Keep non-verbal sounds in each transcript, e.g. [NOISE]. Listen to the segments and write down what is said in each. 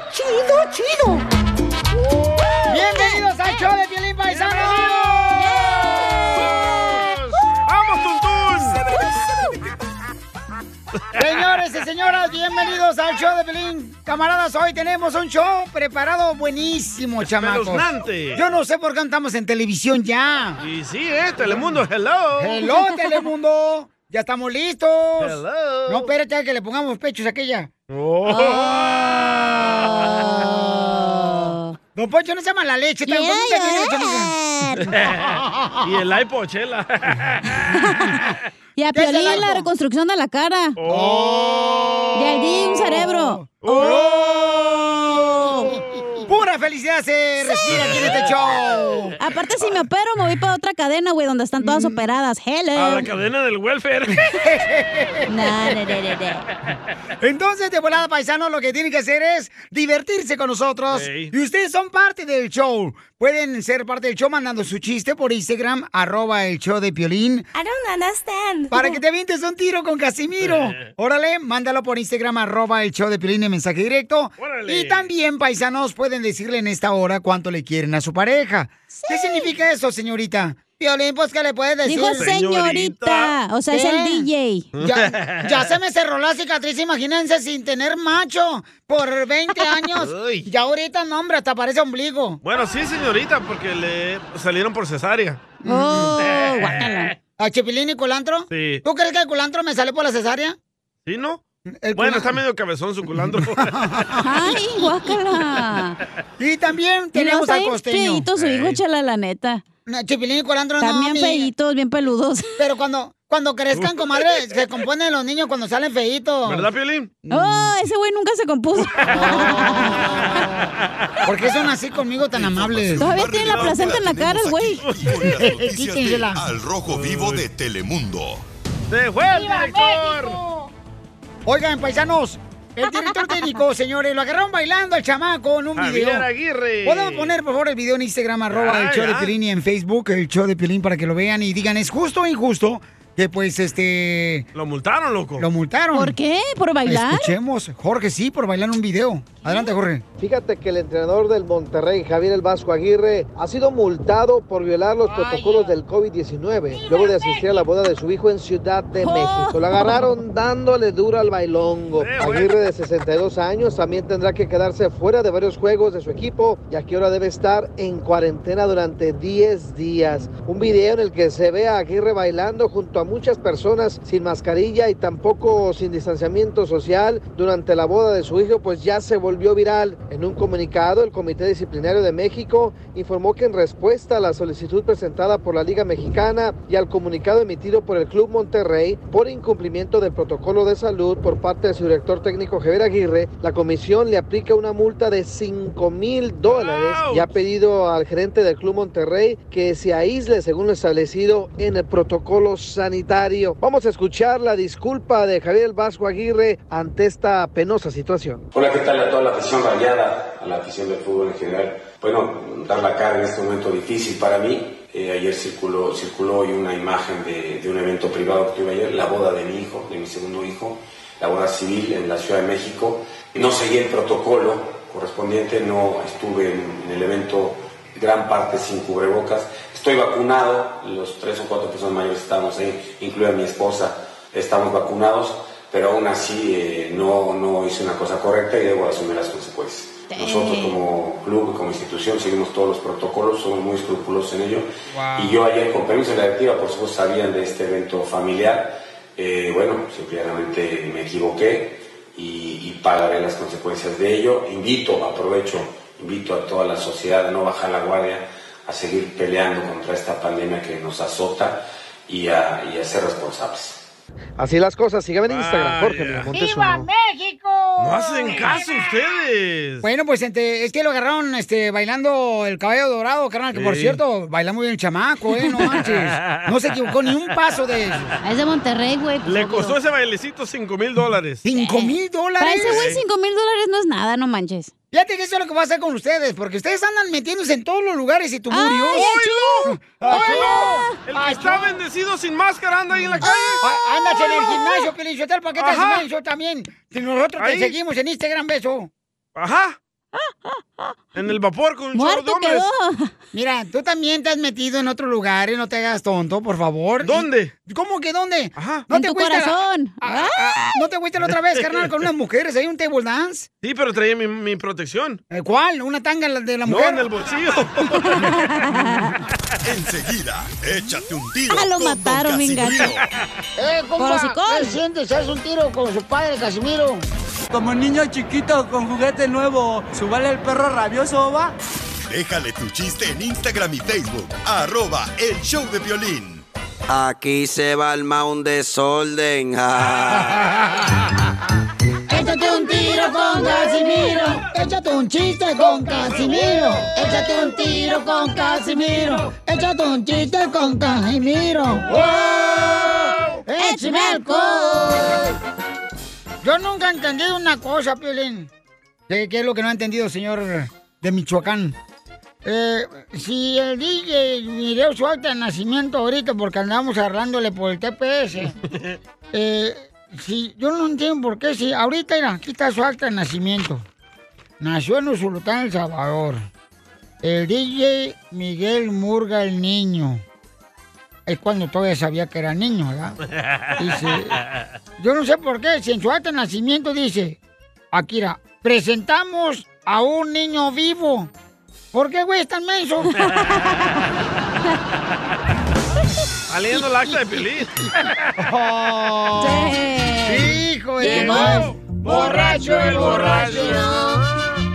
está chido. ¡Bienvenidos al show de Piolín Paisano! ¡Vamos, Tuntún! Señores y señoras, bienvenidos al show de Pelín. Camaradas, hoy tenemos un show preparado buenísimo, chamacos. Espeluznante. Yo no sé por qué andamos en televisión ya. Y sí, ¿eh? Telemundo, hello. Hello, Telemundo. Ya estamos listos. Hello. No, espérate que le pongamos pechos a aquella. Oh. Oh. Don Poncho, no se llama la leche. Tan bonita que eres, chamaca. [LAUGHS] y el iPod, [LAUGHS] chela. Y a ¿Qué es el Piolín la iPhone? reconstrucción de la cara. Oh. Y al DJ un cerebro. Oh. Pura felicidad se respira aquí en este show. Mm. Aparte, si me opero, me voy para otra cadena, güey, donde están todas operadas. Hello. Ah, A la cadena del [LAUGHS] welfare. [LAUGHS] No, no, no, no, no. [LAUGHS] Entonces, de volada, paisano, lo que tienen que hacer es divertirse con nosotros. Ey. Y ustedes son parte del show. Pueden ser parte del show mandando su chiste por Instagram, arroba el show de Piolín. I don't understand. Para que te avientes un tiro con [LAUGHS] Casimiro. Órale, mándalo por Instagram, arroba el show de Piolín en mensaje directo. Órale. Y también, paisanos, pueden decirle en esta hora cuánto le quieren a su pareja. ¿Qué significa eso, señorita? Piolín, pues, ¿qué le puedes decir? Digo señorita. O sea, es el ¿Qué? DJ. [LAUGHS] Ya, ya se me cerró la cicatriz, imagínense, sin tener macho por [LAUGHS] 20 años. Uy. Ya ahorita, no, hombre, hasta parece [LAUGHS] ombligo. Bueno, sí, señorita, porque le salieron por cesárea. Oh, [LAUGHS] guácala. ¿A Chipilín y culantro? Sí. ¿Tú crees que el culantro me sale por la cesárea? ¿Sí, no? El culantro. Bueno, está medio cabezón su [LAUGHS] culantro. Ay, guácala. [LAUGHS] Y también Y luego tenemos está al bien costeño. feíto su hijo, chela, la neta. No, Chipilín y culantro no, También mi- feitos, bien peludos. Pero cuando, cuando crezcan, comadre, se componen los niños cuando salen feitos. ¿Verdad, Piolín? Oh, ese güey nunca se compuso. [LAUGHS] ¿Por qué son así conmigo tan amables? Todavía tiene la placenta en la cara el güey. [LAUGHS] Con las noticias de Quítensela. Al Rojo Vivo de Telemundo. ¡Se fue el director! Oigan, paisanos, el director técnico, señores, lo agarraron bailando al chamaco en un video. Javier Aguirre. Podemos poner, por favor, el video en Instagram, arroba el Ah, show de ya. Pilín y en Facebook, el show de Pilín, para que lo vean y digan, ¿es justo o injusto que, pues, este, Lo multaron, loco. lo multaron? ¿Por qué? ¿Por bailar? Escuchemos, Jorge, sí, por bailar un video. Adelante, Jorge. Fíjate que el entrenador del Monterrey, Javier El Vasco Aguirre, ha sido multado por violar los protocolos del COVID-19 luego de asistir a la boda de su hijo en Ciudad de Oh. México. Lo agarraron dándole duro al bailongo. Eh, güey. Aguirre, de 62 años, también tendrá que quedarse fuera de varios juegos de su equipo, ya que ahora debe estar en cuarentena durante 10 días. Un video en el que se ve a Aguirre bailando junto a muchas personas sin mascarilla y tampoco sin distanciamiento social durante la boda de su hijo, pues ya se volvió viral. En un comunicado, el Comité Disciplinario de México informó que en respuesta a la solicitud presentada por la Liga Mexicana y al comunicado emitido por el Club Monterrey por incumplimiento del protocolo de salud por parte de su director técnico Javier Aguirre, la comisión le aplica una multa de 5 mil dólares y ha pedido al gerente del Club Monterrey que se aísle según lo establecido en el protocolo sanitario. Vamos a escuchar la disculpa de Javier El Vasco Aguirre ante esta penosa situación. Hola, ¿qué tal a toda la afición rayada, a la afición del fútbol en general? Bueno, dar la cara en este momento difícil para mí. Eh, ayer circuló, circuló hoy una imagen de, de un evento privado que tuve ayer, la boda de mi hijo, de mi segundo hijo, la boda civil en la Ciudad de México. No seguí el protocolo correspondiente, no estuve en, en el evento gran parte sin cubrebocas. Estoy vacunado, los tres o cuatro personas mayores estamos ahí, incluida mi esposa, estamos vacunados pero aún así eh, no, no hice una cosa correcta y debo asumir las consecuencias. Nosotros como club, y como institución, seguimos todos los protocolos, somos muy escrupulosos en ello. Y yo ayer, con permiso de la directiva, por supuesto, sabían de este evento familiar. Eh, bueno, simplemente me equivoqué y, y pagaré las consecuencias de ello. Invito, aprovecho, invito a toda la sociedad a no bajar la guardia, a seguir peleando contra esta pandemia que nos azota y a, y a ser responsables. Así las cosas, síganme en Instagram, Jorge Vaya. Miramontes uno. México! No hacen caso ustedes. Bueno, pues ente- es que lo agarraron este, bailando el caballo dorado, carnal, que por Sí. cierto, baila muy bien el chamaco, ¿eh? No manches. No se equivocó ni un paso de Ah, Es de Monterrey, güey. Le obvio. costó ese bailecito 5 mil dólares. 5 mil Eh, Para dólares. ese güey, 5 mil dólares no es nada, no manches. Fíjate que eso es lo que va a hacer con ustedes, porque ustedes andan metiéndose en todos los lugares y Ah, tuburios. Ah, ¡Ay, ¡Oilo! ¡Oilo! El que está bendecido sin máscara anda ahí en la calle. Ah, Andas en el gimnasio, Pelichotel, ¿para qué te Ajá. haces menso también? Si nosotros te Ahí. seguimos en Instagram, beso. Ajá. En el vapor con un chorro de Muerto hombres. quedó. Mira, tú también te has metido en otro lugar y no te hagas tonto, por favor. ¿Dónde? ¿Cómo que dónde? ¿No En te tu fuiste a la- corazón. a- a- ¿No te fuiste la otra vez, carnal, con unas mujeres ahí, un table dance? Sí, pero traía mi, mi protección. ¿Cuál? ¿Una tanga de la No, mujer? en el bolsillo. Enseguida, échate un tiro. Ah, lo con don mataron, me Casimiro. ¡Eh, compa! Con hocicón. ¿Qué sientes? ¿Haz un tiro con su padre, Casimiro? Como niño chiquito con juguete nuevo, subale el perro rabioso, va. Déjale tu chiste en Instagram y Facebook. Arroba el show de violín. Aquí se va el un desorden. Échate un tiro con [LAUGHS] Casimiro. Échate un chiste con Casimiro. Échate un tiro con Casimiro. Échate un chiste con Casimiro. ¡Wow! ¡Échame alcohol! Yo nunca he entendido una cosa, Piolín. ¿Qué, qué es lo que no ha entendido, señor de Michoacán? Eh, si el DJ video su acta de nacimiento ahorita porque andamos agarrándole por el TPS. Eh, si, yo no entiendo por qué, si ahorita, mira, aquí está su acta de nacimiento. Nació en Usulután, El Salvador. El DJ Miguel Murga el Niño. Es cuando todavía sabía que era niño, ¿verdad? Yo no sé por qué, si en su acta de nacimiento dice, Akira, presentamos a un niño vivo. ¿Por qué, güey, es tan menso? Está leyendo el acta [LAUGHS] de Pelín. Hijo de Llegó borracho el borracho,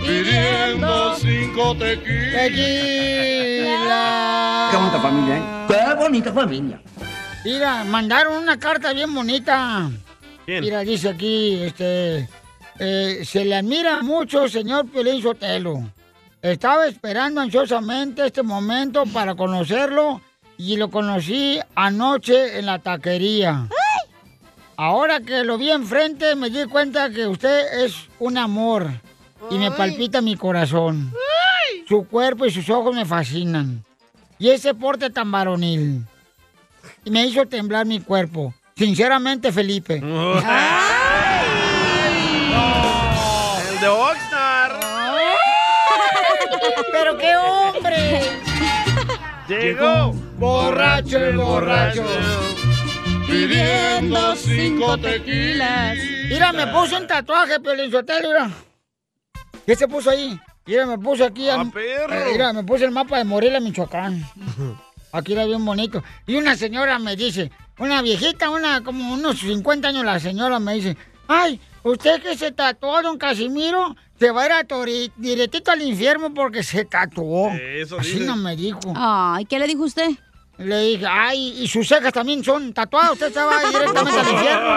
pidiendo cinco tequilas. Qué bonita familia, ¿eh? Qué bonita familia. Mira, mandaron una carta bien bonita. Mira, dice aquí, este, eh, se le admira mucho, señor Piolín Sotelo. Estaba esperando ansiosamente este momento para conocerlo y lo conocí anoche en la taquería. Ahora que lo vi enfrente me di cuenta que usted es un amor y me palpita mi corazón. Su cuerpo y sus ojos me fascinan. Y ese porte tan varonil. Y me hizo temblar mi cuerpo. Sinceramente, Felipe. El de Oxnard. ¡Pero qué hombre! Llegó. Borracho el borracho. Pidiendo cinco tequilas. Mira, me puso un tatuaje, Piolinchotelo, mira. ¿Qué se puso ahí? Mira, me puso aquí. al- eh, mira, me puso el mapa de Morelia, Michoacán. Aquí era bien bonito. Y una señora me dice, una viejita, una como unos 50 años, la señora me dice, ay, usted que se tatuó, don Casimiro, se va a ir a Tori- directito al infierno porque se tatuó. Eso Así dice. no me dijo. Ay, ¿qué le dijo usted? Le dije, ay, y sus cejas también son tatuadas, usted se va a ir directamente al [LAUGHS] infierno.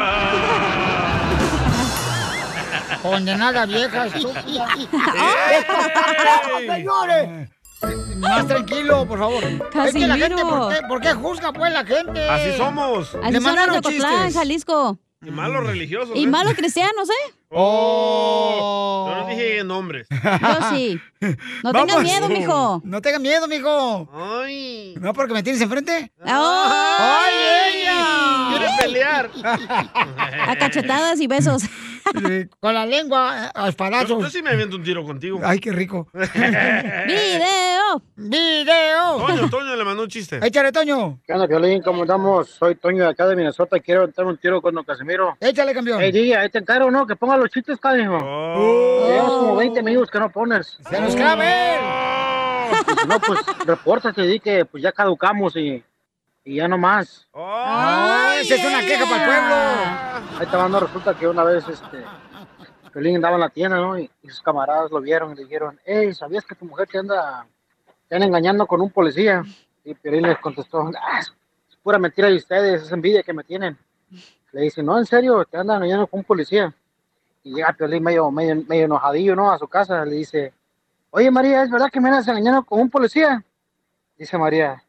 Condenada [LAUGHS] [LAUGHS] vieja, estúpida. ¡Señores! Más tranquilo, por favor. Es que la gente, ¿por qué, por qué juzga pues la gente? Así somos. Así Le son mandaron los de Ocotlán, chistes. Jalisco. Y malos religiosos. Y ¿eh? malos [LAUGHS] cristianos, ¿eh? Oh. Yo no dije nombres. Yo sí. No tengas Vamos. miedo, mijo. No tengas miedo, mijo. Ay. ¿No porque me tienes enfrente? ¡Ay! ¡Ay, ella! Quiere pelear. [LAUGHS] A cachetadas y besos. Con la lengua, a Yo, espadazos. yo sí me aviento un tiro contigo. Ay, qué [LAUGHS] rico. ¡Video! ¡Video! Toño, Toño le mandó un chiste. Échale, Toño. ¿Qué onda, Piolín? ¿Cómo andamos? Soy Toño de acá de Minnesota. Quiero entrar un tiro con don Casimiro. Échale, campeón. Ey, DJ, ahí te encargo, ¿no? Que ponga los chistes, canijo. Oh. Llevas Oh. como 20 minutos que no pones. ¡Se nos claven! No, pues, repórtate, di que pues ya caducamos y, y ya no más. ¡Ay, esa es una queja para el pueblo! Ahí te mando, resulta que una vez, este, Piolín andaba en la tienda, ¿no? Y, y sus camaradas lo vieron y le dijeron, hey, ¿sabías que tu mujer te anda, te anda engañando con un policía? Y Piolín les contestó, "Ah, es pura mentira de ustedes, es envidia que me tienen. Le dice, no, en serio, te andan engañando con un policía. Y llega Piolín medio, medio, medio enojadillo, ¿no? A su casa, le dice, oye María, ¿es verdad que me andas engañando con un policía? Dice María,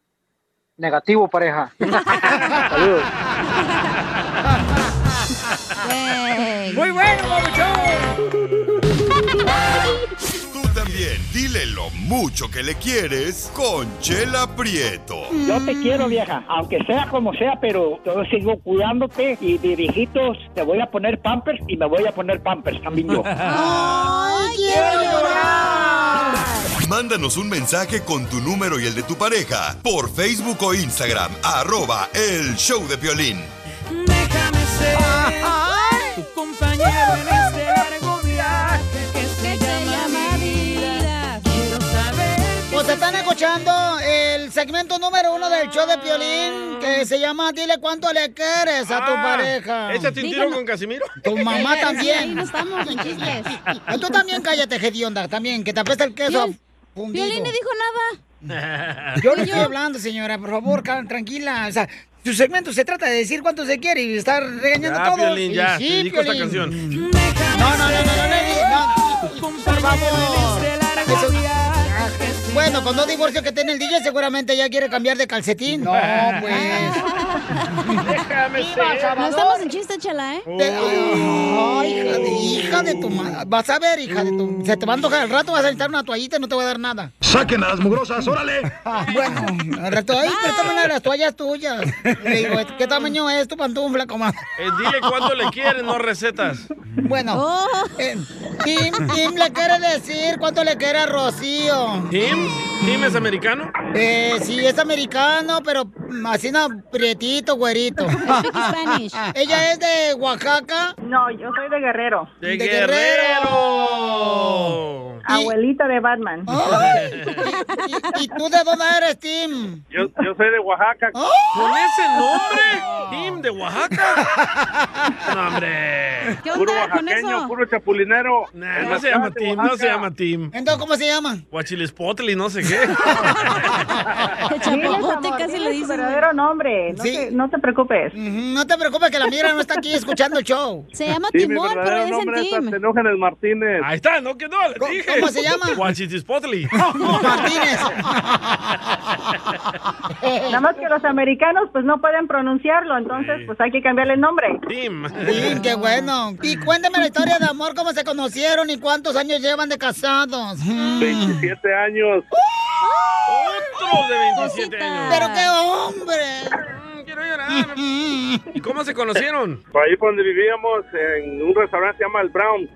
negativo pareja. Saludos. Muy bueno, Tú también, dile lo mucho que le quieres con Chela Prieto. Yo te quiero, vieja, aunque sea como sea, pero yo sigo cuidándote y de viejitos te voy a poner pampers y me voy a poner pampers también yo. ¡Ay, quiero llorar! [LAUGHS] Mándanos un mensaje con tu número y el de tu pareja por Facebook o Instagram, arroba el show de violín. Déjame ser tu compañero en este largo viaje que se llama vida. Quiero saber Pues están escuchando el segmento número uno del show de Piolín que se llama Dile cuánto le quieres a tu Ah, pareja. Échate un tiro con Casimiro. [LAUGHS] Tu mamá también. Ahí no estamos en chistes. Ah, Tú también cállate, Gedionda, también, que te apesta el queso. fundido. Ah. Piolín no dijo nada. Yo no estoy hablando, señora, por favor, cal- tranquila. O sea, su segmento se trata de decir cuánto se quiere y estar regañando Ya, todo. Piolín, ya, te dedico esta canción. No, no, no, no, no, no, no, Por favor. Eso- Bueno, con dos divorcios que tiene el DJ, seguramente ya quiere cambiar de calcetín. No, pues. Déjame No estamos en chistes, chela, ¿eh? Te- Ay, hija de, hija de tu madre. Vas a ver, hija de tu. Se te va a antojar al rato, vas a necesitar una toallita y no te voy a dar nada. ¡Saquen a las mugrosas, órale! [LAUGHS] Bueno, al rato, ay, préstame una de las toallas tuyas. Le digo, ¿qué tamaño es tu pantufla, comadre? Eh, dile cuánto le quieren, no recetas. Bueno, Oh. eh, Tim, Tim le quiere decir cuánto le quiere a Rocío. ¿Tim? ¿Tim es americano? Eh, sí, es americano, pero mm, así no, [LAUGHS] prietito, güerito. Spanish. ¿Ella es de Oaxaca? No, yo soy de Guerrero. ¡De, ¡Oh! Guerrero! Abuelita de [LAUGHS] Batman. ¿Y, y tú de dónde eres, Tim? Yo, yo soy de [LAUGHS] Oaxaca. ¿Con ese nombre? ¿Tim de Oaxaca? No, hombre. ¿Qué Puro onda con eso? oaxaqueño, puro chapulinero. Nah, no se llama Tim, no se llama Tim. Entonces, ¿cómo se [LAUGHS] llama? Guachilispotli, no [LAUGHS] sé qué. Chapopote casi le su dicen. verdadero nombre. No, te, no te preocupes. No te preocupes que la mira no está aquí escuchando el show. Se llama Sí, mi Timón, Oh, pero verdadero le dicen nombre es Tim. Antenógenes Martínez. Ahí está, no quedó, le dije. cómo se [LAUGHS] llama? [LAUGHS] Guachilispotli. Martínez. Nada más que los americanos pues no pueden pronunciarlo, entonces pues hay que cambiarle el nombre. Tim. Tim, qué bueno. Y cuéntame la historia de amor, cómo se conocieron y cuántos años llevan de casados. Mm. [LAUGHS] 27 años. Otro de 27 años. Pero qué hombre. ¿Y cómo se conocieron? Por ahí por donde vivíamos, en un restaurante que se llama El Brown.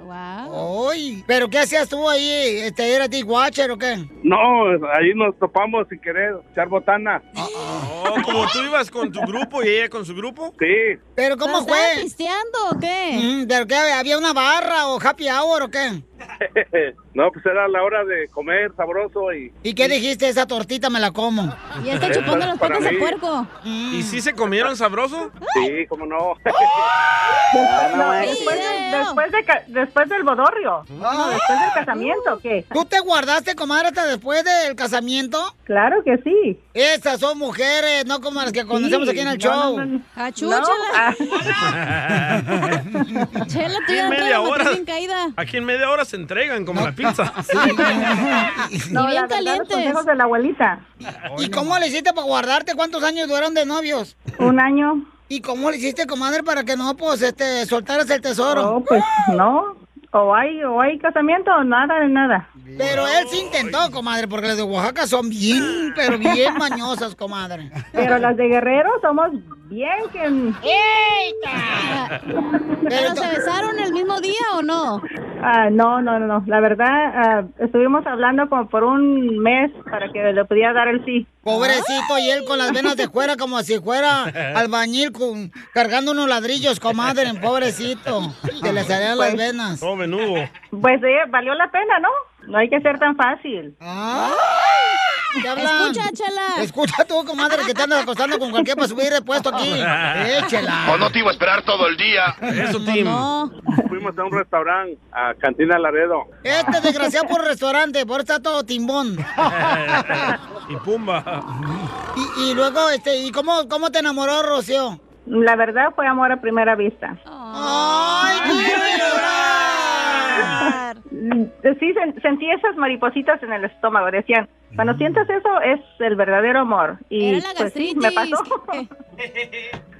Uy, pero ¿qué hacías tú ahí? Este, ¿Eras de watcher o qué? No, ahí nos topamos sin querer, echar botana. Ah, Oh, como tú ibas con tu grupo y ella con su grupo. Sí. [LAUGHS] ¿Pero ¿Pero cómo estaban fue? Pues, pisteando o qué? Mm, ¿Pero qué? ¿Había una barra o happy hour o qué? no, pues era la hora de comer sabroso y... ¿Y qué dijiste? Esa tortita me la como. Ya está chupando los Para patas de mí. puerco. ¿Y sí se comieron sabroso? Sí, [LAUGHS] cómo no. Ah, No, después, de- después, de ca- después del bodorrio. No, después del casamiento, ¿qué? ¿Tú te guardaste, comadre, hasta después del casamiento? Claro que sí. Esas son mujeres, no como las que conocemos aquí en el no, show. no, no. ah. Achúchala. Ah, Chela, tú ya traes Aquí en media la hora. moto bien caída. Aquí en media hora se entregan como [LAUGHS] la pizza. Y la bien verdad, los calientes. consejos de la abuelita. ¿Y cómo le hiciste para guardarte? ¿Cuántos años duraron de novios? Un año. ¿Y cómo le hiciste, comadre, para que no, pues, este, soltaras el tesoro? No, pues no. O hay, o hay casamiento o nada de nada. Pero él sí intentó, comadre, porque las de Oaxaca son bien, pero bien mañosas, comadre. Pero las de Guerrero somos bien que... ¡Eh, ¿Pero se besaron el mismo día o no? Ah, no, no, no, no. La verdad, ah, estuvimos hablando como por un mes para que le pudiera dar el sí. Pobrecito, y él con las venas de fuera como si fuera albañil con, cargando unos ladrillos, comadre, pobrecito. Se le salían las venas. Oh, menudo. Pues eh, valió la pena, ¿no? No hay que ser tan fácil. Ah. ¿Qué hablan? Escucha, Chela. Escucha tú, comadre, que te andas acostando con cualquier para subir de puesto [LAUGHS] aquí. Échela. O no te iba a esperar todo el [LAUGHS] día. Eso, Tim. Fuimos a un restaurante, a Cantina Laredo. Este desgraciado por restaurante, por eso está todo timbón. y [LAUGHS] pumba. Y, y luego, este, ¿y cómo, cómo te enamoró, Rocío? La verdad fue amor a primera vista. Mm, Sí, sen- sentí esas maripositas en el estómago. Decían, Mm. cuando sientas eso es el verdadero amor. Y Era la pues sí, me gastritis. pasó.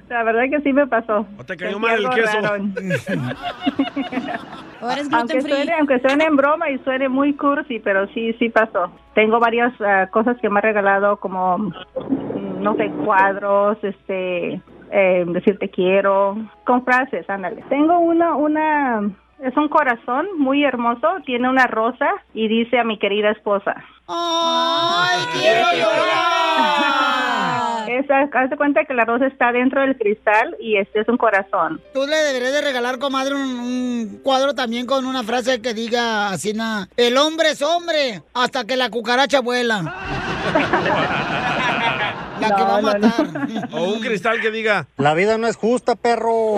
La verdad que sí me pasó. ¿O te cayó Sentí mal el algo queso? raro. [LAUGHS] Ahora es Aunque gluten free. suene, aunque suene en broma y suene muy cursi, pero sí, sí pasó. Tengo varias ah, cosas que me ha regalado, como, mm, no sé, cuadros, em, este, eh, decir te quiero, con frases, ándale. Tengo una, una, es un corazón muy hermoso, tiene una rosa y dice a mi querida esposa. ¡Ay, quiero Ah. llorar! [LAUGHS] Esa, haz de cuenta que la rosa está dentro del cristal y este es un corazón. Tú le deberías de regalar, comadre, un, un cuadro también con una frase que diga así, na, el hombre es hombre hasta que la cucaracha [LAUGHS] vuela. La que va a matar. [LAUGHS] O un cristal que diga, La vida no es justa, perro.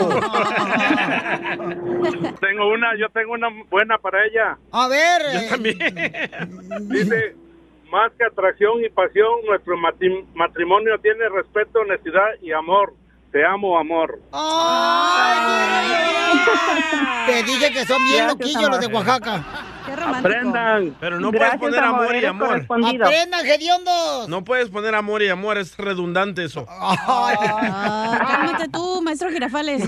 Tengo una, yo tengo una buena para ella. A ver. eh, Dice, más que atracción y pasión, nuestro mati- matrimonio tiene respeto, honestidad y amor. Te amo, amor. Ah. Te dije que son bien Gracias, loquillos los de amor. Oaxaca. Qué aprendan. Pero no Gracias, puedes poner amor, amor, y eres amor. correspondido. Aprendan, hediondos. No puedes poner amor y amor, es redundante eso. Ah, cálmate tú, maestro Girafales.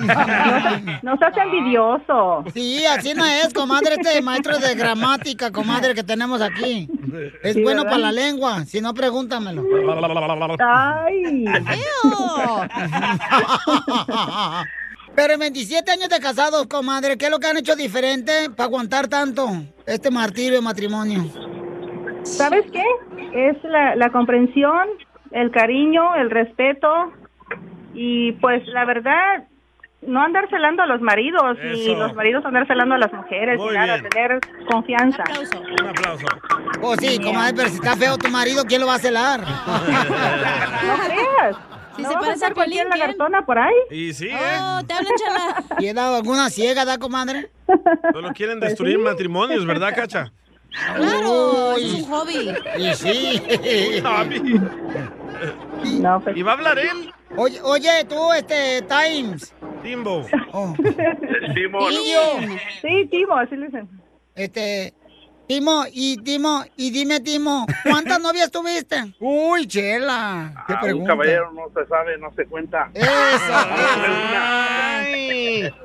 No seas envidioso. Sí, así no es, comadre, este maestro de gramática, comadre, que tenemos aquí. Es Sí, bueno ¿verdad? para la lengua, si no, pregúntamelo. ¡Ay! Pero en 27 años de casados, comadre, ¿qué es lo que han hecho diferente para aguantar tanto este martirio de matrimonio? ¿Sabes qué? Es la, la comprensión, el cariño, el respeto y pues la verdad, no andar celando a los maridos ni Eso. los maridos andar celando a las mujeres Muy ni nada, bien. tener confianza. Un aplauso. Pues sí, comadre, pero si está feo tu marido, ¿quién lo va a celar? No creas. Si No se vas a parece andar a Piolín, cualquier ¿quién? lagartona por ahí. [LAUGHS] Y sí, ¿eh? Oh, te hablan, chala. ¿Y he dado alguna ciega, da, comadre? Solo quieren destruir matrimonios, ¿verdad, Cacha? Claro, es un hobby. Y sí. No, pues. ¿Y va a hablar él? Oye, oye, tú, este, Times. Oh. Timbo. Timón. Timo. Sí, Timo, así le dicen. Este, Timo, y Timo, y dime, Timo, ¿cuántas novias tuviste? Uy, chela. Qué Ah, un pregunta. Eh. caballero no se sabe, no se cuenta.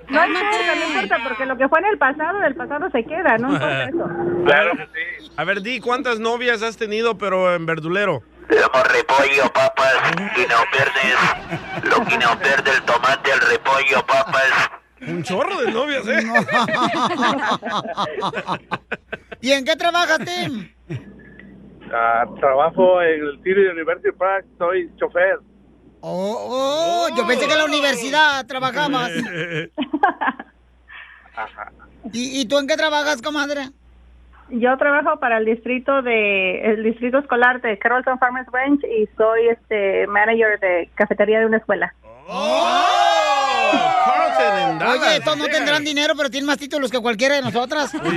No importa, no importa, porque lo que fue en el pasado, del pasado se queda, ¿no? [LAUGHS] importa eso. Claro A ver, di, ¿cuántas novias has tenido, pero en verdulero? Repollo, papas, y no pierdes. Lo que no pierde el tomate, el repollo, papas. Un chorro de novias, ¿eh? [LAUGHS] [LAUGHS] ¿Y en qué trabajas, Tim? Ah, trabajo en el City University Park, soy chofer. Oh, yo pensé que en la universidad [LAUGHS] trabajabas. ¿Y, y tú en qué trabajas, comadre? Yo trabajo para el distrito de el distrito escolar de Carrollton Farmers Branch y soy este manager de cafetería de una escuela. Oye, estos no tendrán dinero, pero tienen más títulos que cualquiera de nosotras. Sí, sí, eh.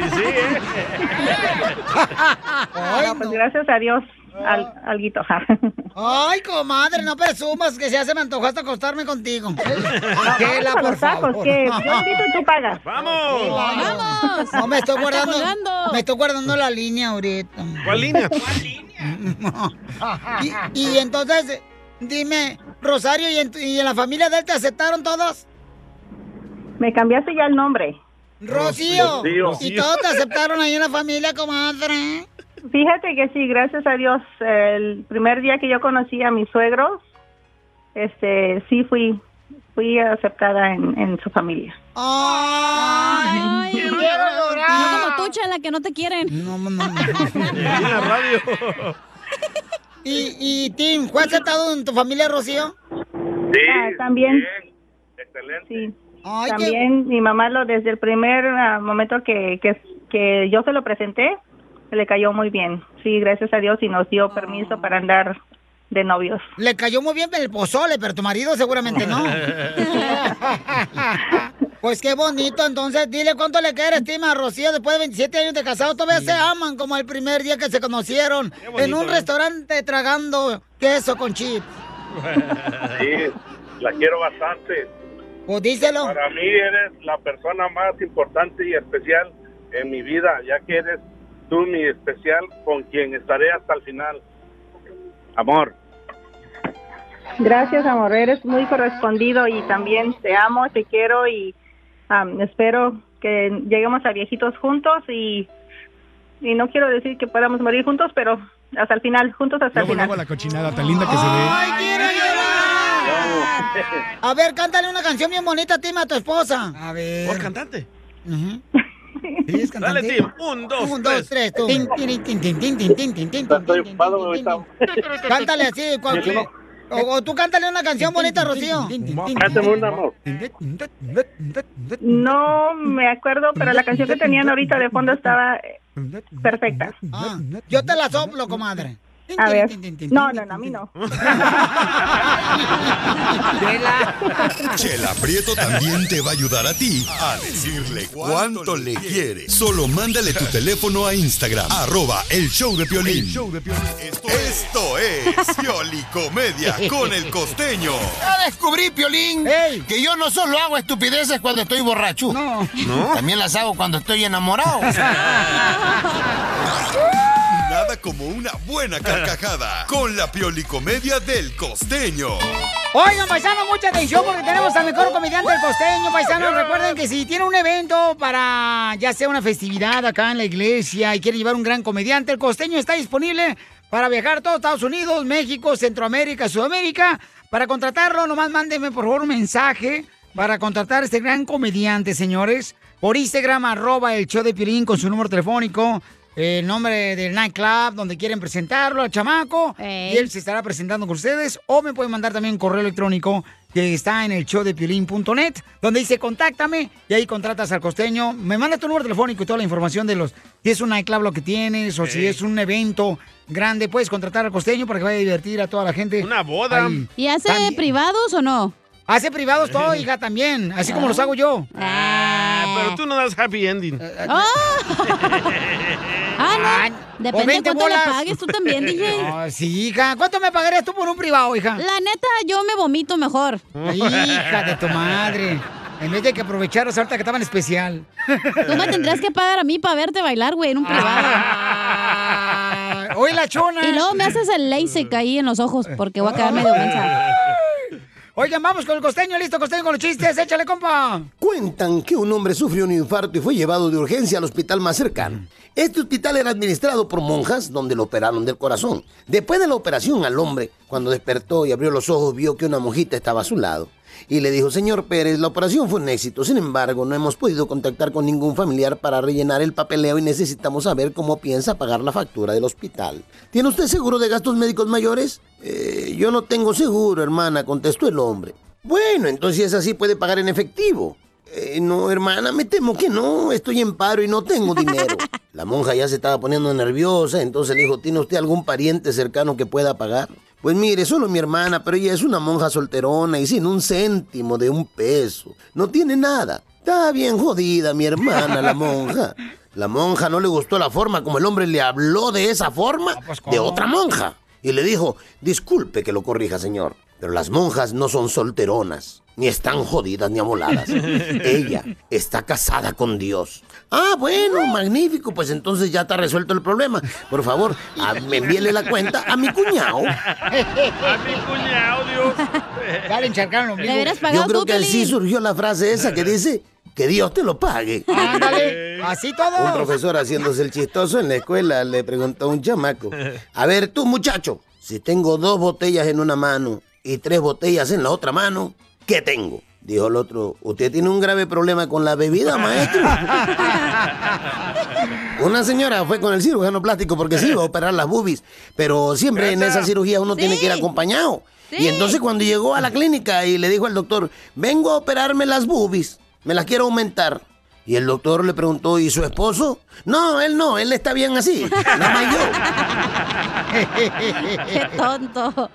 [LAUGHS] No, pues gracias a Dios, Oh. al, alguito. ja. Ay, comadre, no presumas que ya se me antojó hasta acostarme [LAUGHS] contigo. Chela, Vamos a por los tacos, favor. [LAUGHS] que yo invito y tú pagas. ¡Vamos! Oh, ¡Vamos! No, me estoy Está guardando. colgando. Me estoy guardando la línea ahorita. ¿Cuál línea? [LAUGHS] y, y entonces, dime, Rosario, ¿y en, tu- y en la familia de él te aceptaron todos? Me cambiaste ya el [LAUGHS] nombre. Rocío. Rocío. oh, ¿Y todos te aceptaron ahí en la familia, comadre? Fíjate que sí, gracias a Dios, el primer día que yo conocí a mis suegros, este sí fui fui aceptada en, en su familia. Ay, quiero llorar. No como tú, chala, que no te quieren. No, no, no. la radio. ¿Y, y Tim, fue aceptado en tu familia, Rocío? Sí, Ah, también. bien, excelente. Sí. Ay, qué- También mi mamá lo desde el primer ah, momento que, que, que yo se lo presenté, le cayó muy bien. Sí, gracias a Dios y nos dio Ah. permiso para andar de novios. Le cayó muy bien el pozole, pero tu marido seguramente [LAUGHS] no. Pues qué bonito, entonces dile cuánto le quieres, Tima, Rocío, después de 27 años de casado, todavía se aman como el primer día que se conocieron bonito, en un ¿eh? restaurante tragando queso con chips. Sí, la quiero bastante. Pues díselo. Para mí eres la persona más importante y especial en mi vida, ya que eres tú mi especial con quien estaré hasta el final. Amor. Gracias, amor, eres muy correspondido y también te amo, te quiero y am, espero que lleguemos a viejitos juntos y, y no quiero decir que podamos morir juntos, pero hasta el final, juntos hasta el Luego, final. luego la cochinada tan linda que se ve. A ver, cántale una canción bien bonita, Tima, a tu esposa. A ver. Por cantante. es Dale, cantante. Tim. Un, dos, Un, tres. dos, tres. tú. Tin, tin, tin, tin, tin, tin, tin, tin, tin, tin, tin, tin, tin. Cántale así. cual- Yo no- O, o tú cántale una canción bonita, Rocío. Cántame un amor. No me acuerdo, pero la canción que tenían ahorita de fondo estaba eh, perfecta. Ah, Yo te la soplo, comadre. A ver. No, no, no, a mí no. Chela Prieto también te va a ayudar a ti a decirle cuánto le quiere. Solo mándale tu teléfono a Instagram, arroba el show de Piolín. Esto es Piolicomedia con el costeño. Ya descubrí, Piolín, que yo no solo hago estupideces cuando estoy borracho. ¿No? También las hago cuando estoy enamorado. Nada como una buena carcajada con la Piolicomedia del costeño. Oigan, paisano, mucha atención porque tenemos al mejor comediante del costeño, paisano. Recuerden que si tiene un evento para ya sea una festividad acá en la iglesia y quiere llevar un gran comediante, el costeño está disponible para viajar a todos Estados Unidos, México, Centroamérica, Sudamérica. Para contratarlo, nomás mándeme por favor un mensaje para contratar a este gran comediante, señores. Por Instagram, arroba el show de Piolín con su número telefónico, el nombre del nightclub donde quieren presentarlo al chamaco. Y él se estará presentando con ustedes. O me pueden mandar también un correo electrónico que está en el show de piolín.net, donde dice contáctame y ahí contratas al costeño. Me manda tu número telefónico y toda la información de los. Si es un nightclub lo que tienes o si Ey. es un evento grande, puedes contratar al costeño para que vaya a divertir a toda la gente. Una boda. [LAUGHS] ¿Y hace privados o no? Hace privados todo, hija, también. Así como los hago yo. Ah, pero tú no das happy ending. [LAUGHS] Ah, no. Por Depende de 20 cuánto le pues bolas. pagues tú [LAUGHS] también, DJ. No, sí, hija. ¿Cuánto me pagarías tú por un privado, hija? La neta, yo me vomito mejor. Hija de tu madre. En vez de que aprovecharas ahorita que estaban especial. Tú me tendrías que pagar a mí para verte bailar, güey, en un privado. Hoy la chona. Y luego me haces el LASIK ahí en los ojos porque voy a quedar medio mensa. Oigan, vamos con el costeño, listo, costeño con los chistes, échale, compa. Cuentan que un hombre sufrió un infarto y fue llevado de urgencia al hospital más cercano. Este hospital era administrado por monjas donde lo operaron del corazón. Después de la operación al hombre, cuando despertó y abrió los ojos, vio que una monjita estaba a su lado. Y le dijo, señor Pérez, la operación fue un éxito. Sin embargo, no hemos podido contactar con ningún familiar para rellenar el papeleo y necesitamos saber cómo piensa pagar la factura del hospital. ¿Tiene usted seguro de gastos médicos mayores? "Eh, yo no tengo seguro, hermana, contestó el hombre. Bueno, entonces si es así, puede pagar en efectivo. "Eh, no, hermana, me temo que no. Estoy en paro y no tengo dinero. La monja ya se estaba poniendo nerviosa, entonces le dijo, ¿tiene usted algún pariente cercano que pueda pagar? Pues mire, solo mi hermana, pero ella es una monja solterona y sin un céntimo de un peso. No tiene nada. Está bien jodida mi hermana, la monja. La monja no le gustó la forma como el hombre le habló de esa forma de otra monja. Y le dijo, disculpe que lo corrija, señor, pero las monjas no son solteronas, ni están jodidas ni amoladas. Ella está casada con Dios. Ah, bueno, magnífico, pues entonces ya está resuelto el problema. Por favor, a- me envíele la cuenta a mi cuñado. A mi cuñado, [LAUGHS] Dios. Dale, encharcaron los Yo creo que así surgió la frase esa que dice, que Dios te lo pague. Ándale, así todo. Un profesor haciéndose el chistoso en la escuela le preguntó a un chamaco, a ver tú muchacho, si tengo dos botellas en una mano y tres botellas en la otra mano, ¿qué tengo? Dijo el otro, usted tiene un grave problema con [LAUGHS] la bebida, maestro. Una señora fue con el cirujano plástico porque sí iba a operar las boobies, pero siempre en esa cirugía uno tiene que ir acompañado. Y entonces cuando llegó a la clínica y le dijo al doctor, vengo a operarme las boobies, me las quiero aumentar. Y el doctor le preguntó, ¿y su esposo? No, él no, él está bien así, nada más yo. [LAUGHS] Qué tonto.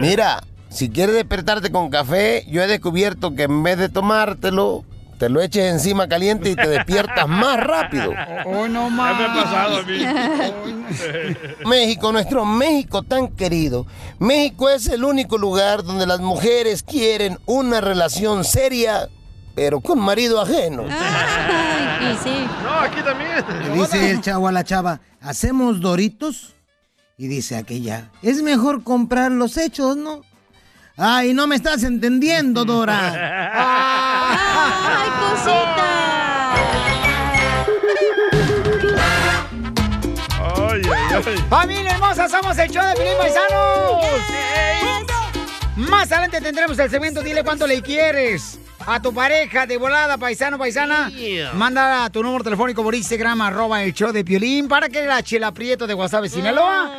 Mira, si quieres despertarte con café, yo he descubierto que en vez de tomártelo, te lo eches encima caliente y te despiertas más rápido. [LAUGHS] Oh, no Ya me ha pasado a [LAUGHS] México, nuestro México tan querido. México es el único lugar donde las mujeres quieren una relación seria, pero con marido ajeno. Ah, Y sí. No, aquí también. Le dice el chavo a la chava, ¿hacemos doritos? Y dice aquella, es mejor comprar los hechos, ¿no? Ay, no me estás entendiendo, Dora. ¡Ay, cosita! Ay, ay, ay. ¡Ah! ¡Familia hermosa! ¡Somos el show de Filipe Paisanos! Más adelante tendremos el segmento Dile cuánto le quieres. a tu pareja de volada, paisano, paisana, manda tu número telefónico por Instagram, arroba el show de Piolín, para que la Chela Prieto de Guasave, Sinaloa,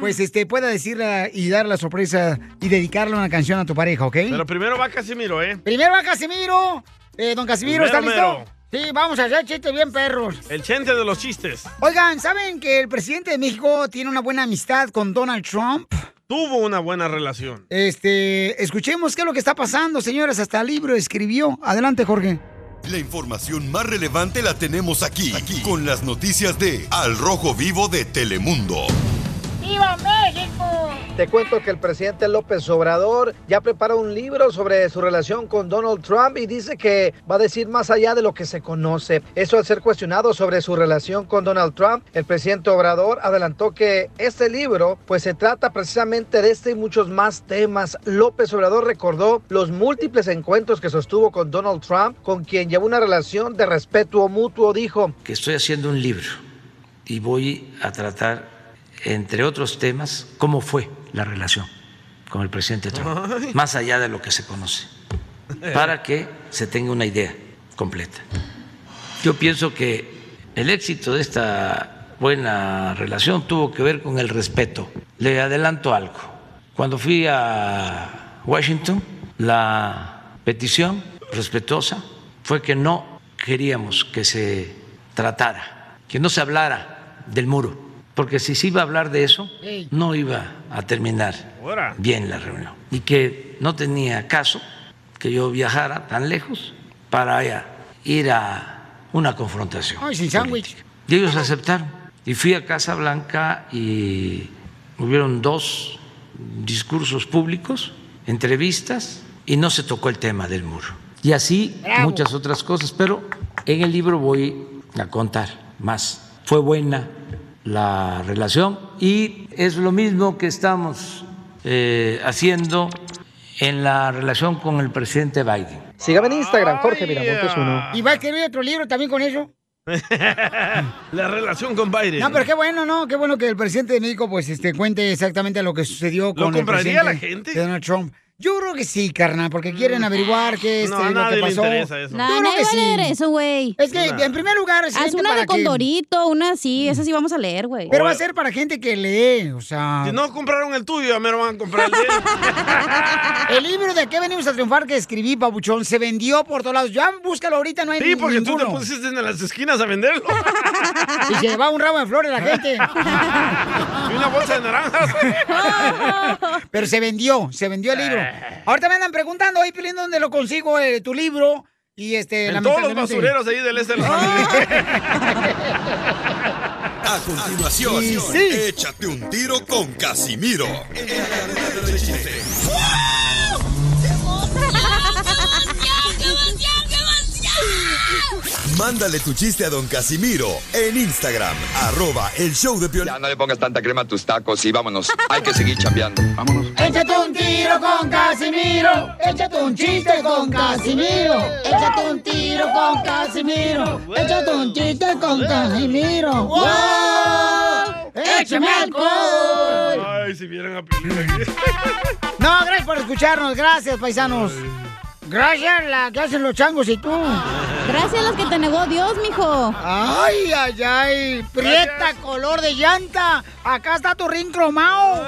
pues este, pueda decirle y darle la sorpresa y dedicarle una canción a tu pareja, ¿ok? Pero primero va Casimiro, ¿eh? Primero va Casimiro. Eh, don Casimiro, ¿está Primero, listo? mero. Sí, vamos a hacer chistes bien perros. El chente de los chistes. Oigan, ¿saben que el presidente de México tiene una buena amistad con Donald Trump? Tuvo una buena relación. Este, escuchemos qué es lo que está pasando, señores. Hasta el libro escribió. Adelante, Jorge. La información más relevante la tenemos aquí, aquí, con las noticias de Al Rojo Vivo de Telemundo. ¡Viva México! Te cuento que el presidente López Obrador ya prepara un libro sobre su relación con Donald Trump y dice que va a decir más allá de lo que se conoce. Eso al ser cuestionado sobre su relación con Donald Trump, el presidente Obrador adelantó que este libro pues se trata precisamente de este y muchos más temas. López Obrador recordó los múltiples encuentros que sostuvo con Donald Trump, con quien llevó una relación de respeto mutuo, dijo. que estoy haciendo un libro y voy a tratar, entre otros temas, cómo fue la relación con el presidente Trump, Ay. más allá de lo que se conoce, para que se tenga una idea completa. Yo pienso que el éxito de esta buena relación tuvo que ver con el respeto. Le adelanto algo. Cuando fui a Washington, la petición respetuosa fue que no queríamos que se tratara, que no se hablara del muro, porque si se iba a hablar de eso, no iba a terminar Ahora. bien la reunión y que no tenía caso que yo viajara tan lejos para allá, ir a una confrontación. Ay, sin sándwich. Y ellos aceptaron. Y fui a Casa Blanca y hubieron dos discursos públicos, entrevistas, y no se tocó el tema del muro. Y así Bravo. muchas otras cosas, pero en el libro voy a contar más. Fue buena la relación y es lo mismo que estamos eh, haciendo en la relación con el presidente Biden. Sígame en Instagram, Jorge Miramontes uno. ¿Y va a escribir otro libro también con eso? La relación con Biden. No, pero qué bueno, ¿no? Qué bueno que el presidente de México, pues, este, cuente exactamente lo que sucedió con el compraría presidente la gente? Mm. de Donald Trump. Yo creo que sí, carnal, porque quieren averiguar qué es No, a lo nadie que le pasó. interesa eso. No, Yo a creo nadie que va a leer sí. eso, güey. Es que, en primer lugar, es Haz gente una para de que- Condorito, una así, esa sí vamos a leer, güey. Pero va a ser para gente que lee, o sea. Si no compraron el tuyo, a mí no van a comprar el de él. [LAUGHS] El libro de qué venimos a triunfar que escribí, Pabuchón, se vendió por todos lados. Ya búscalo ahorita, no hay Sí, porque tú ninguno. te pusiste en las esquinas a venderlo. [LAUGHS] Y se llevaba un ramo de flores la [LAUGHS] gente. Y una bolsa de naranjas. Pero se vendió, se vendió el libro. Ah. Ahorita me andan preguntando, hoy Pilín, ¿dónde lo consigo eh, tu libro? Y este, En todos los lamentablemente- basureros ahí del este de Los Ángeles. [LAUGHS] A continuación, échate un tiro con Casimiro. Mándale tu chiste a don Casimiro en Instagram, arroba el show de Piolín. Ya no le pongas tanta crema a tus tacos y vámonos. Hay que seguir chambeando. Vámonos. [LAUGHS] Échate un tiro con Casimiro. Échate un chiste con Casimiro. Échate un tiro con Casimiro. Échate un chiste con Casimiro. ¡Wow! ¡Échame alcohol! Ay, si vieran a Pilín aquí. No, gracias por escucharnos. Gracias, paisanos. Gracias a la que hacen los changos y tú. Gracias a los que te negó Dios, mijo. Ay, ay, ay. Prieta, color de llanta. Acá está tu ring cromado.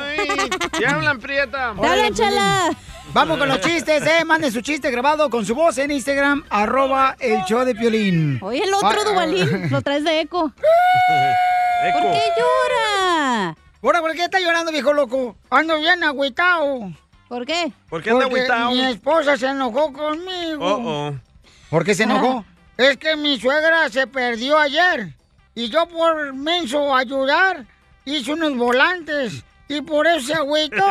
¿Qué hablan, Prieta? Órale, Piolín. Vamos con los chistes, eh. Manden su chiste grabado con su voz en Instagram, arroba el show de Piolín. Oye, el otro Dubalín, lo traes de eco. ¿Por qué llora? Ahora, ¿por qué está llorando, viejo loco? Ando bien agüitao. ¿Por qué? ¿Por qué anda agüitao? Mi esposa se enojó conmigo. Oh, oh. [LAUGHS] ¿Por qué se enojó? Es que mi suegra se perdió ayer. Y yo por menso ayudar hice unos volantes. Y por eso se [LAUGHS] agüitó.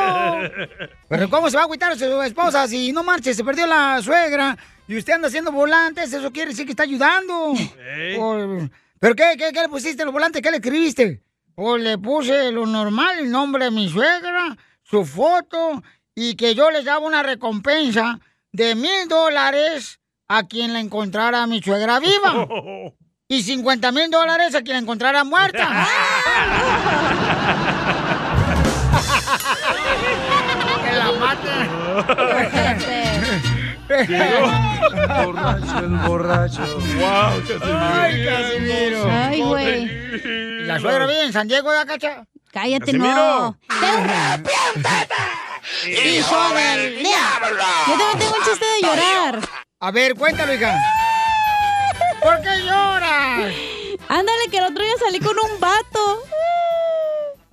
Pero ¿cómo se va a agüitar su esposa si no marche? Se perdió la suegra y usted anda haciendo volantes. Eso quiere decir que está ayudando. Por- ¿Pero qué, qué, qué le pusiste en los volantes? ¿Qué le escribiste? Pues le puse lo normal, el nombre de mi suegra, su foto y que yo les daba una recompensa de mil dólares a quien la encontrara a mi [LAUGHS] suegra viva. Y 50 mil dólares a quien la encontrara muerta. Que la maten. [LAUGHS] Llegó. borracho, el borracho. Guau, Casimiro. Ay, Casimiro. Ay, güey. La suegra vive en San Diego, ¿verdad, cacha? Cállate, no. ¡Hijo del diablo! Yo también tengo un chiste de llorar. A ver, cuéntalo, hija. ¿Por qué lloras? Ándale, que el otro día salí con un vato.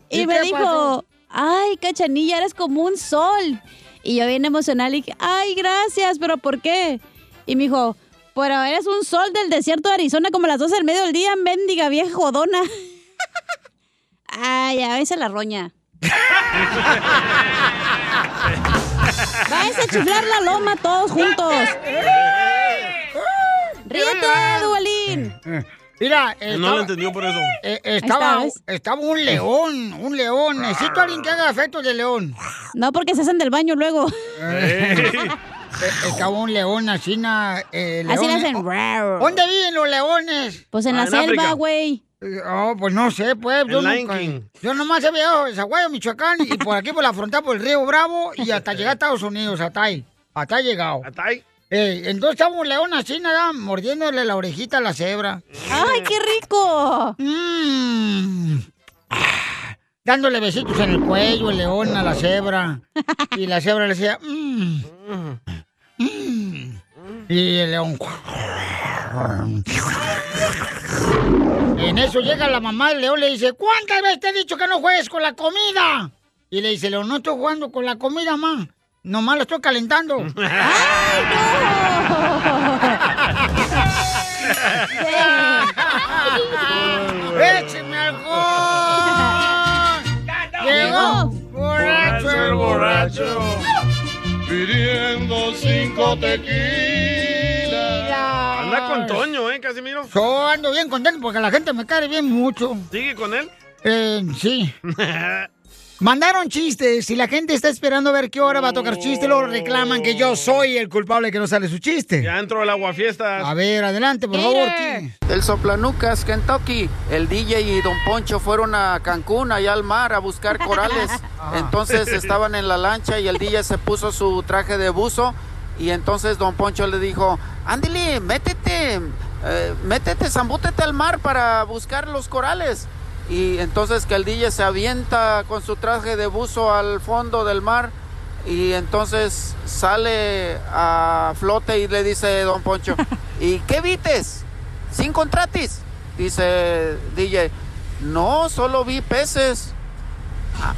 ¿Y Y, me qué dijo, pasó? ay, cachanilla, eres como un sol. Y yo bien emocional le dije, ay, gracias, pero ¿por qué? Y me dijo, pero eres un sol del desierto de Arizona como a las 12 del medio del día, mendiga vieja jodona. [LAUGHS] ay, a veces la roña. Vais a chiflar la loma todos juntos. ¡Ríete, Duelín! Mira, No estaba, lo entendió por eso. eh, estaba, Ahí está, estaba un león, un león. Necesito a alguien que haga efectos de león. No, porque se hacen del baño luego. [LAUGHS] Eh, Estaba un león así, na, eh, Así le leones. hacen. ¿Dónde viven los leones? Pues en la Ah, en selva, África. güey. Oh, pues no sé, pues. En Yo, Lion nunca- King. yo nomás he viajado de Zaguayo, Michoacán, y por aquí por la frontera, por el río Bravo, y hasta llegar a Estados Unidos, hasta ahí. Hasta ahí he llegado. ¿Hasta ahí? entonces estaba un león así, nada, mordiéndole la orejita a la cebra. ¡Ay, qué rico! Mm. Ah, Dándole besitos en el cuello, el león a la cebra. Y la cebra le decía, "Mm, mm". Y el león. En eso llega la mamá del león le dice, ¿cuántas veces te he dicho que no juegues con la comida? Y le dice, León, no estoy jugando con la comida, mamá. Nomás la estoy calentando. [LAUGHS] [LAUGHS] ¡Écheme alcohol! Llegó borracho el borracho pidiendo cinco tequilas. Anda con Toño, [LAUGHS] ¿eh, Casimiro? Yo ando bien contento porque la gente me cae bien mucho. ¿Sigue con él? Eh, [LAUGHS] sí. Mandaron chistes y la gente está esperando a ver qué hora va a tocar chiste. Luego reclaman que yo soy el culpable que no sale su chiste. Ya entró el aguafiestas. A ver, adelante, [LAUGHS] por favor. ¿quién? Del Soplanucas, Kentucky, el DJ y Don Poncho fueron a Cancún, allá al mar, a buscar corales. Entonces estaban en la lancha y el DJ se puso su traje de buzo y entonces Don Poncho le dijo, ándale, métete, eh, métete, zambútete al mar para buscar los corales. Y entonces que el DJ se avienta con su traje de buzo al fondo del mar y entonces sale a flote y le dice Don Poncho, ¿y qué vites? ¿Sin contratis? Dice DJ, no, solo vi peces. "Ah,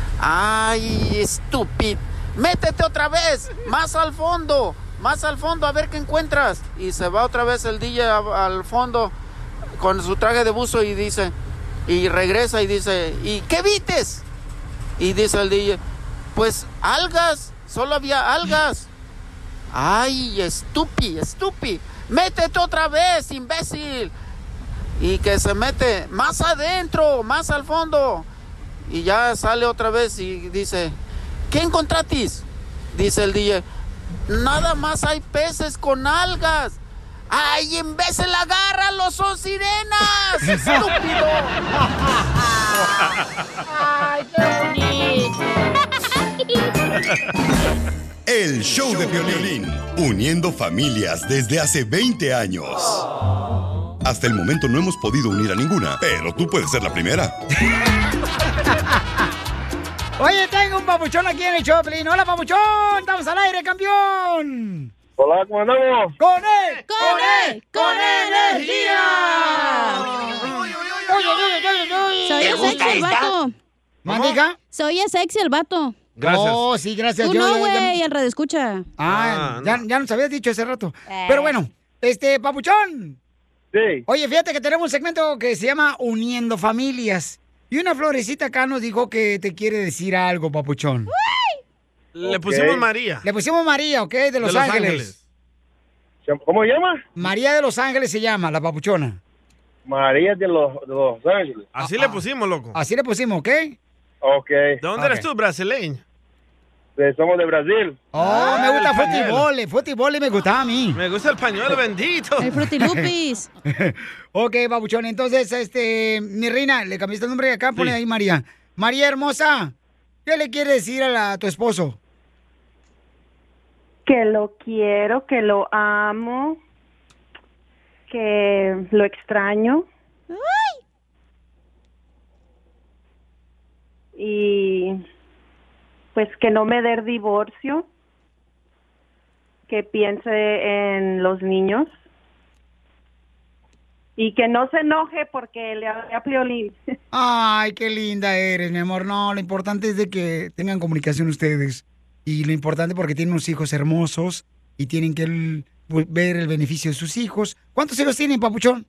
Ay, estúpido. Métete otra vez, más al fondo, más al fondo a ver qué encuentras. Y se va otra vez el DJ a- al fondo con su traje de buzo y dice, y regresa y dice, ¿y qué vites? Y dice el DJ, pues algas, solo había algas. Ay, estúpido, estúpido. Métete otra vez, imbécil. Y que se mete más adentro, más al fondo. Y ya sale otra vez y dice, ¿qué encontratis? Dice el DJ, nada más hay peces con algas. ¡Ay, imbécil, agárralos! ¡Son sirenas! [LAUGHS] ¡Estúpido! Ay, qué bonito. El show de violín, uniendo familias desde hace 20 años. Hasta el momento no hemos podido unir a ninguna, pero tú puedes ser la primera. Oye, tengo un papuchón aquí en el Choplin. ¡Hola, papuchón! ¡Estamos al aire, campeón! Hola, ¿cómo andamos? ¡Con él! ¡Con él! ¡Con energía! ¡Oye, oye, oye, oye! Se oye sexy el vato. ¿Mandiga? Se oye sexy el vato. Gracias. Oh, sí, gracias. Tú Yo- no, yo- ya- güey, el radio escucha. Ah, Ah, ya, ya nos habías dicho hace rato. Pero bueno, este, Papuchón. Sí. Oye, fíjate que tenemos un segmento que se llama Uniendo Familias. Y una florecita acá nos dijo que te quiere decir algo, Papuchón. Le pusimos María. Le pusimos María, ¿ok? De Los, De Los Ángeles. ¿Cómo se llama? María de Los Ángeles se llama, la Papuchona. María de los, de los Ángeles. Así le pusimos, loco. Así le pusimos, ¿ok? Ok. ¿De ¿De dónde eres tú, brasileño? somos de Brasil. Oh, me gusta el pañuelo. fútbol, el fútbol me gusta a mí. Me gusta el pañuelo bendito. El frutilupis. [LAUGHS] ok, babuchón, entonces, este, mi reina, le cambiaste el nombre de acá, pone Sí. ahí María. [LAUGHS] María hermosa, ¿qué le quieres decir a, la- a tu esposo? que lo quiero, que lo amo, que lo extraño. Y pues que no me dé el divorcio, que piense en los niños y que no se enoje porque le hablé a Piolín. Ay, qué linda eres, mi amor. No, lo importante es de que tengan comunicación ustedes. Y lo importante porque tienen unos hijos hermosos y tienen que el- ver el beneficio de sus hijos. ¿Cuántos hijos tienen, papuchón?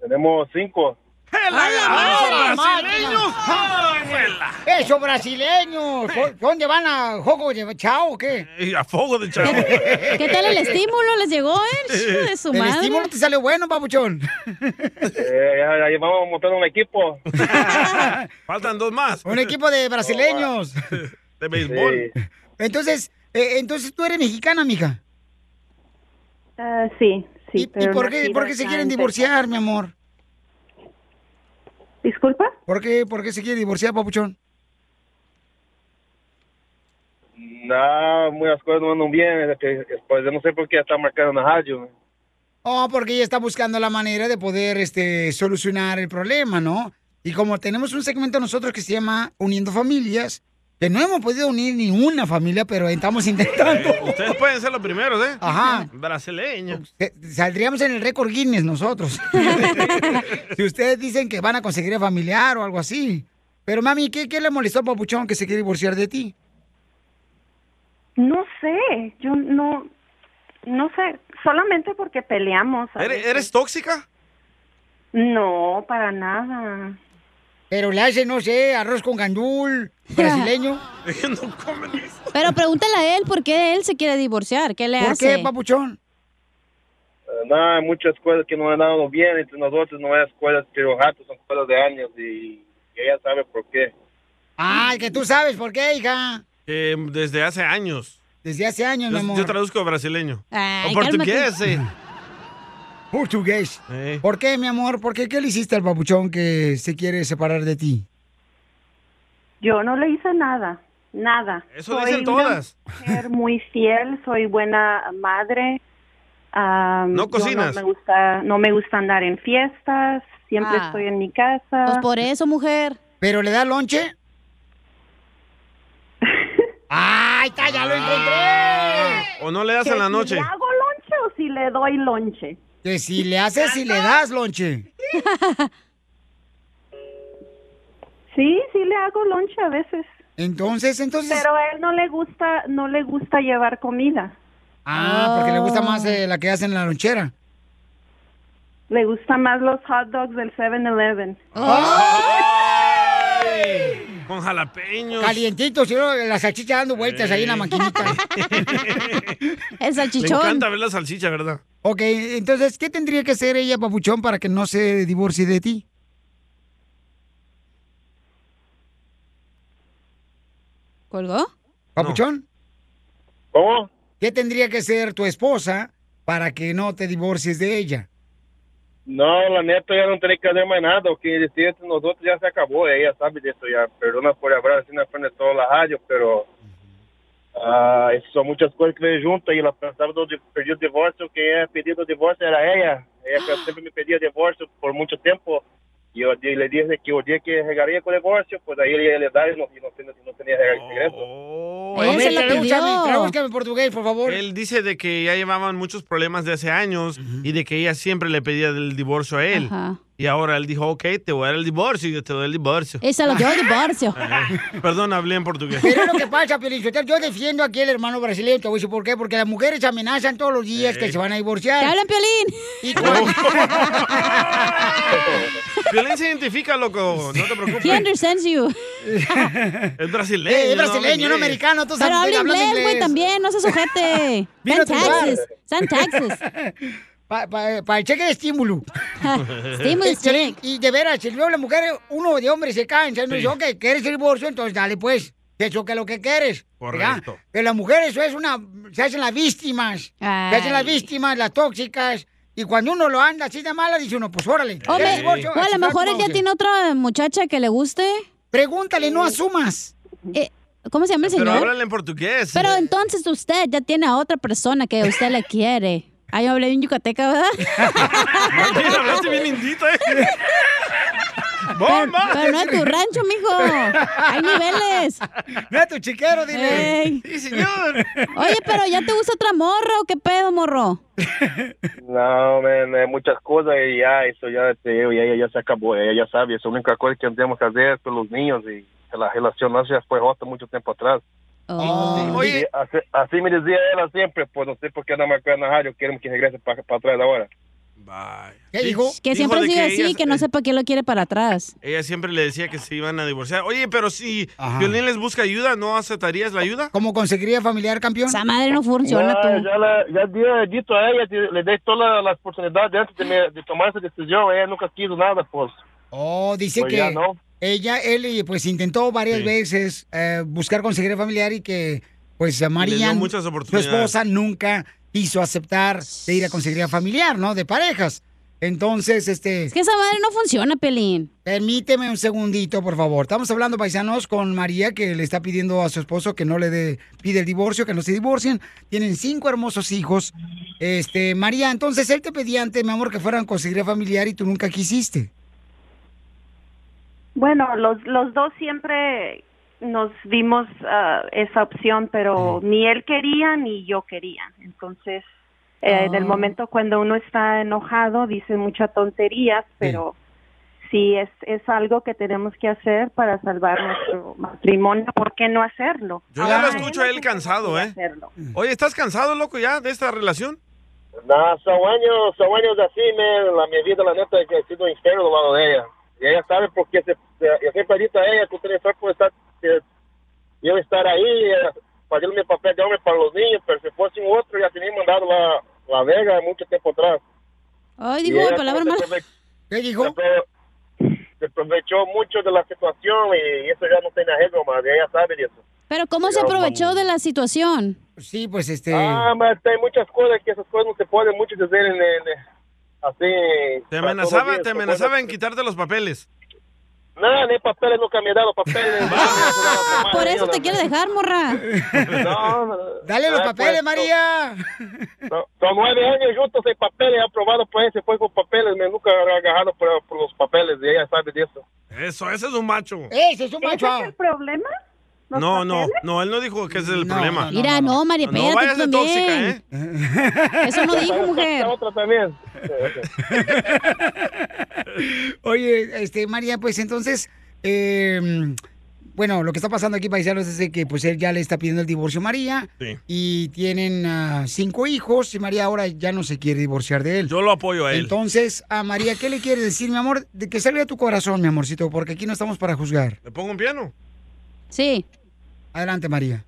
Tenemos cinco. ¡Ah, ¿eh? brasileños! ¡Esos brasileños! Eh. ¿Dó- ¿Dónde van a juego de chao o qué? Y a fuego [LAUGHS] de chavo. ¿Qué tal el estímulo? ¿Les llegó, [LAUGHS] eh? Hijo de su madre. El estímulo te salió bueno, papuchón. Eh, ya, ya llevamos montando un equipo. [LAUGHS] Faltan dos más. Un equipo de brasileños. De béisbol. Entonces, eh, entonces tú eres mexicana, mija. Ah, sí, sí. ¿Y pero por nací qué, por qué se quieren bastante. divorciar, mi amor? ¿Disculpa? ¿Por qué, por qué se quiere divorciar, papuchón? Mm, Nada, muchas cosas no andan bien. es que, Pues yo no sé por qué ya está marcando una hallo. Oh, porque ella está buscando la manera de poder este, solucionar el problema, ¿no? Y como tenemos un segmento nosotros que se llama Uniendo Familias, que no hemos podido unir ni una familia, pero estamos [LAUGHS] intentando. Ustedes pueden ser los primeros, ¿eh? Ajá. Brasileños. Eh, Saldríamos en el récord Guinness [LAUGHS] nosotros. si ustedes dicen que van a conseguir a familiar o algo así. Pero mami, ¿qué, qué le molestó a Papuchón que se quiere divorciar de ti? No sé, yo no, no sé, solamente porque peleamos. a ¿Eres, veces. eres tóxica? No, para nada. Pero le hace, no sé, arroz [LAUGHS] con gandul, brasileño. Pero pregúntale a él por qué él se quiere divorciar. ¿Qué le ¿Por hace? qué, papuchón? Eh, Nada, muchas cosas que no han dado bien entre nosotros. No hay cosas que ojato, son cosas de años y ella sabe por qué. Ay, que tú sabes por qué, hija. Eh, desde hace años. Desde hace años, Yo, mi amor. yo traduzco brasileño. Ay, o portugués, cálmate. eh. Portugués. ¿Por qué, mi amor? ¿Por qué? ¿Qué le hiciste al papuchón que se quiere separar de ti? Yo no le hice nada, nada. Eso dicen todas. Una mujer muy fiel, soy buena madre. Ah, No yo cocinas. No me gusta, no me gusta andar en fiestas. Siempre Ah. estoy en mi casa. Pues por eso, mujer. ¿Pero le da lonche? ¡Ay, está, ya lo encontré! O no le das Que en la si noche. le hago lonche o si le [LAUGHS] doy lonche? Que si le haces y le das lonche. Sí, sí le hago lonche a veces. Pues Entonces, entonces. Pero a él no le gusta, no le gusta llevar comida. Ah, porque le gusta más eh, la que hacen en la lonchera. Le gustan más los hot dogs del 7-Eleven. Con jalapeños. Calientitos, y luego la salchicha dando vueltas ahí en la maquinita. El Le encanta ver la salchicha, ¿verdad? Ok, entonces, ¿qué tendría que hacer ella, papuchón, para que no se divorcie de ti? ¿Colgó? ¿Papuchón? ¿Cómo? ¿Qué tendría que ser tu esposa para que no te divorcies de ella? No, la neta, ya no tenía que hacer más nada. Que decir entre nosotros ya se acabó. Ella sabe de eso ya. Perdona por hablar así en frente de todos los hallos, pero. ah, son muchas cosas que me juntas y la pensaba que perdió el divorcio. Que ella é pedido divorcio era ella. Ella que siempre me pedía divorcio por mucho tiempo. Y yo di- le dije que el día que llegaría con el divorcio, pues ahí ella le da y no, y no, tenía- no tenía regreso. Oh, A ver, tradúcame, pidió. tradúcame en portugués, por favor. Él dice de que ya llevaban muchos problemas de hace años y de que ella siempre le pedía el divorcio a él. Ajá. Y ahora él dijo, ok, te voy a dar el divorcio y yo te doy el divorcio. Esa lo dio divorcio. [LAUGHS] Eh, Perdón, hablé [LAUGHS] en portugués. Pero es lo que pasa, Piolín Sotelo, Yo defiendo aquí al hermano brasileño. Te voy a decir por qué. Porque las mujeres amenazan todos los días Sí. que se van a divorciar. ¿Te hablan, Piolín? Y [LAUGHS] cuando- Piolín se identifica, loco. No te preocupes. He understands you. Es brasileño. Eh, es brasileño, no inglés. americano, tú Pero sabes, habla hablando inglés, güey, inglés. también. No seas ojete. [LAUGHS] San Vino a tu bar. taxes. San [LAUGHS] taxes. Para el cheque [LAUGHS] de estímulo. Stimulus Este, [LAUGHS] [LAUGHS] Y de veras, si luego las mujeres, uno de hombres se cansa. No Sí. dice, ok, ¿quieres el divorcio? Entonces dale, pues. Te choque lo que quieres. ¿verdad? Correcto. Pero las mujeres, eso es una. Se hacen las víctimas. Se hacen las Ay. víctimas, las tóxicas. Y cuando uno lo anda así de mala, dice uno, pues órale. ¿quieres Hombre, divorcio? o a lo chingar a tu mejor él ya madre. tiene otra muchacha que le guste. Pregúntale, no asumas. Eh, ¿Cómo se llama el Pero señor? háblale en portugués. eh. Pero entonces usted ya tiene a otra persona que usted le quiere. Ay, yo hablé bien yucateca, ¿verdad? Mami, hablaste bien [LAUGHS] lindita, eh. Pero, ¡Bomba! pero no es tu rancho, mijo. Hay niveles. No es tu chiquero, dile. Sí, señor. Oye, pero ¿ya te gusta otra morra o qué pedo, morro? No, man, hay muchas cosas y ya, eso ya te digo, ya, ya, ya se acabó, ella ya sabe, es la única cosa que tenemos que hacer con los niños y la relación no se fue hasta mucho tiempo atrás. Oh. Oh, Y así, así assim, me decía ella siempre, pues no sé por qué no me acuerdo nada, yo quiero que regrese para atrás ahora. ¿Qué dijo? Que é assim, Dijo siempre ha de sido que así, ellas- que no sé para qué lo quiere para atrás. Ella siempre le decía que se iban a divorciar. Oye, pero si Violín les busca ayuda, ¿no aceptarías la ayuda? ¿Cómo conseguiría familiar campeón? Esa madre no pues. No, Ya, la- ya di- he dicho a ella, que le dé todas las oportunidades antes de, me- de tomar esa decisión, ella nunca quiso nada, pues. Oh, dice Pues ya que no. ella, él, y, pues intentó varias Sí. veces eh, buscar conseguir familiar y que, pues, Y le María, dio muchas su oportunidades. esposa, nunca quiso aceptar de ir a conseguir familiar, ¿no? De parejas. Entonces, este... Es que esa madre no funciona, Pelín. Permíteme un segundito, por favor. Estamos hablando, paisanos, con María, que le está pidiendo a su esposo que no le dé, pide el divorcio, que no se divorcien. Tienen cinco hermosos hijos. Este, María, entonces él te pedía antes, mi amor, que fueran a conseguir familiar y tú nunca quisiste. Bueno, los, los dos siempre nos dimos ah, esa opción, pero ni él quería ni yo quería. Entonces, eh, en el Ah. momento cuando uno está enojado, dice muchas tonterías, pero sí es, es algo que tenemos que hacer para salvar nuestro matrimonio. ¿Por qué no hacerlo? Yo Ah, ya lo escucho a él cansado, ¿eh? Oye, ¿estás cansado, loco, ya de esta relación? No, son años, son años así, man. La, mi vida, la neta, que he sido infierno del lado de ella. Y ella sabe por qué se, se- yo siempre he dicho a ella que tiene que por estar, que yo estar ahí, eh, haciendo mi papel de hombre para los niños, pero si fuese un otro, ya tenía mandado la, la vega mucho tiempo atrás. Ay, Y dijo ella una palabra se mala. aprove- Se, apro- se aprovechó mucho de la situación y eso ya no tiene arreglo más, ella sabe de eso. Pero ¿cómo se aprovechó de la situación? Sí, pues este... Ah, mas hay muchas cosas que esas cosas no se pueden mucho decir en, en- así. Te amenazaba, para te todos los días, amenazaba se en quitarte los papeles. puede- Nada, ni papeles nunca me he dado [LAUGHS] papeles. Ah, Por eso te quiere dejar, morra. No, no, Dale los Ah, papeles, pues, María. no, son nueve años juntos sin papeles, aprobado por ese fue con papeles, me nunca he agarrado por, por los papeles y ella sabe de eso. Eso, ese es un macho. Ese es un macho. ¿Ese es el problema? [LAUGHS] ¿Los No, no, papeles? no, él no dijo que ese es el problema. Mira, Ah, no, María, Ah, No, espérate vayas tú de tóxica, también. ¿eh? Eso no dijo, mujer. Otra [LAUGHS] también. Oye, este, María, pues entonces, eh, bueno, lo que está pasando aquí, paisanos, es de que pues él ya le está pidiendo el divorcio a María. [LAUGHS] Sí. Y tienen ah, cinco hijos y María ahora ya no se quiere divorciar de él. Yo lo apoyo a él. Entonces, a María, ¿qué le quieres decir, mi amor? De que salga de tu corazón, mi amorcito, porque aquí no estamos para juzgar. ¿Le pongo un piano? Sí. Adelante, María.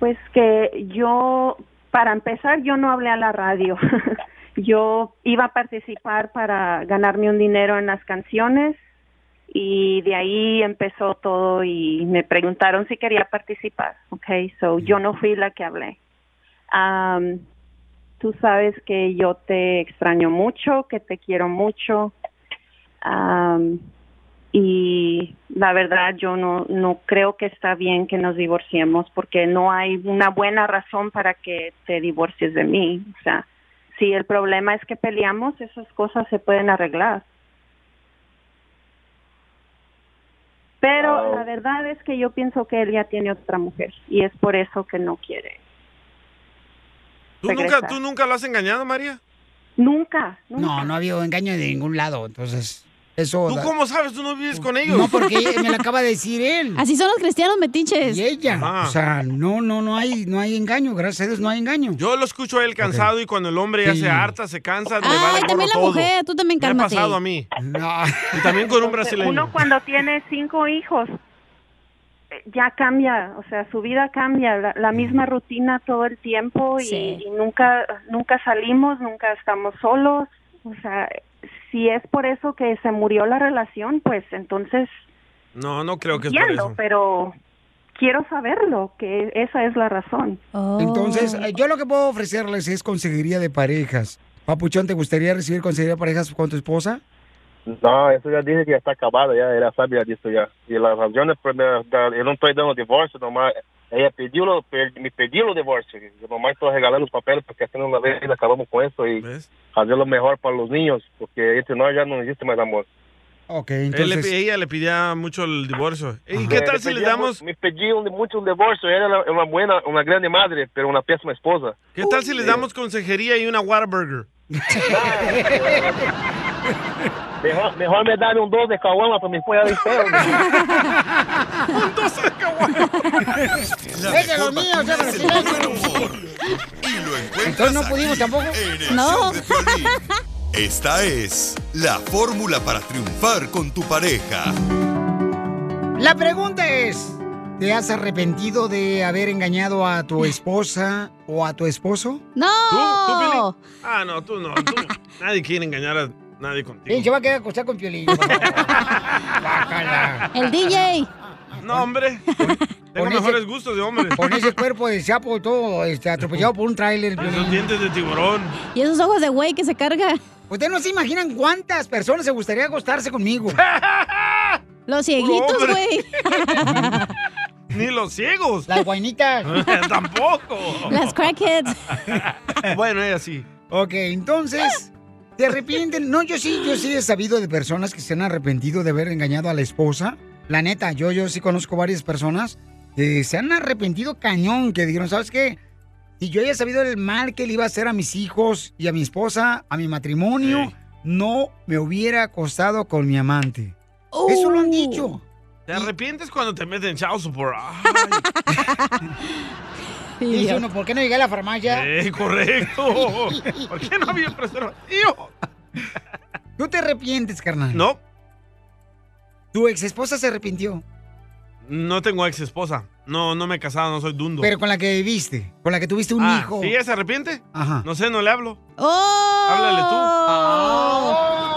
Pues que yo, para empezar, yo no hablé a la radio. [LAUGHS] yo iba a participar para ganarme un dinero en las canciones y de ahí empezó todo y me preguntaron si quería participar. Okay, so yo no fui la que hablé. Am, tú sabes que yo te extraño mucho, que te quiero mucho. Am, y la verdad yo no no creo que está bien que nos divorciemos porque no hay una buena razón para que te divorcies de mí, o sea, si el problema es que peleamos, esas cosas se pueden arreglar. Pero Wow. la verdad es que yo pienso que él ya tiene otra mujer y es por eso que no quiere. ¿Tú nunca, Regresa. ¿Tú nunca lo has engañado, María? Nunca. No, no ha habido engaño de ningún lado, entonces, eso... ¿Tú da- cómo sabes? ¿Tú no vives con ellos? No, porque me lo acaba de decir él. Así son los cristianos metiches. Y ella. Ah. Ah. O sea, no, no, no hay, no hay engaño, gracias a Dios, no hay engaño. Yo lo escucho a él [LAUGHS] cansado y cuando el hombre ya Sí. se harta, se cansa, le Ay, vale gorro también la todo. mujer, tú también Me ha cálmate. pasado a mí. Y también con un brasileño. Uno cuando tiene cinco hijos eh, ya cambia, o sea, su vida cambia, la, la misma rutina todo el tiempo y, Sí. y nunca nunca salimos, nunca estamos solos, o sea, si es por eso que se murió la relación, pues entonces No, no creo que es por entiendo, eso. pero quiero saberlo, que esa es la razón. Entonces, eh, yo lo que puedo ofrecerles es consejería de parejas. Papuchón, ¿te gustaría recibir consejería de parejas con tu esposa? No, eso ya dije que ya está acabado, ya era sabia disto ya. Y las razones, pues, de- de- yo no estoy dando divorcio, nomás ella pidió, lo- pe- me pidió los divorcios. Yo nomás estoy regalando los papeles porque haciendo una vez acabamos con eso y hacer lo mejor para los niños, porque dice, no, ya no existe más amor. Ok, Él le entonces. pi- ella le pidía mucho el divorcio. ¿Y Ajá. qué tal Me si le pedía damos, mu- Me pedí un, mucho un divorcio, era la- una buena, una grande madre, pero una pésima esposa. qué tal si le damos consejería y una Whataburger? [LAUGHS] Mejor, mejor me dan un dos de caguama para mi esposa [LAUGHS] "Oh, de feo. Un dos de Déjelo mío, ya me lo Entonces no pudimos tampoco. No. [LAUGHS] Esta es la fórmula para triunfar con tu pareja. La pregunta es, ¿te has arrepentido de haber engañado a tu esposa o a tu esposo? ¡No! ¿Tú? ¿Tú, Piolín? Ah, no, tú no. tú- nadie quiere engañar a nadie contigo. Bien, se va a quedar acostado con [LAUGHS] Piolín. Bácala. El DJ. No, hombre. Tengo Eh, Con ese- mejores gustos de hombre. Con [LAUGHS] ese cuerpo de sapo todo este, atropellado por un tráiler. pues. Esos dientes de tiburón. Y esos ojos de güey que se carga. Ustedes no se imaginan cuántas personas se gustaría acostarse [LAUGHS] conmigo. Los cieguitos, hombre. güey. Ni los ciegos. Las guainitas. [LAUGHS] Tampoco. Las crackheads. Bueno, ella sí. Ok, entonces, ¿te arrepienten? No, yo sí, yo sí he sabido de personas que se han arrepentido de haber engañado a la esposa. La neta, yo, yo sí conozco varias personas que se han arrepentido cañón, que dijeron, ¿sabes qué? Si yo haya sabido el mal que le iba a hacer a mis hijos y a mi esposa, a mi matrimonio, no me hubiera acostado con mi amante. Eso Oh. lo han dicho. ¿Te arrepientes cuando te meten Ah, chao por... Dice uno, ¿por qué no llegué a la farmacia? Eh, correcto. ¿Por qué no había preservativo? ¿Tú te arrepientes, carnal? No. ¿Tu ex esposa se arrepintió? No tengo ex esposa. No, no me he casado, no soy dundo. Pero con la que viviste, con la que tuviste un Ah, hijo. ¿Sí ella se arrepiente? Ajá. No sé, no le hablo. ¡Oh! Ah. Háblale tú.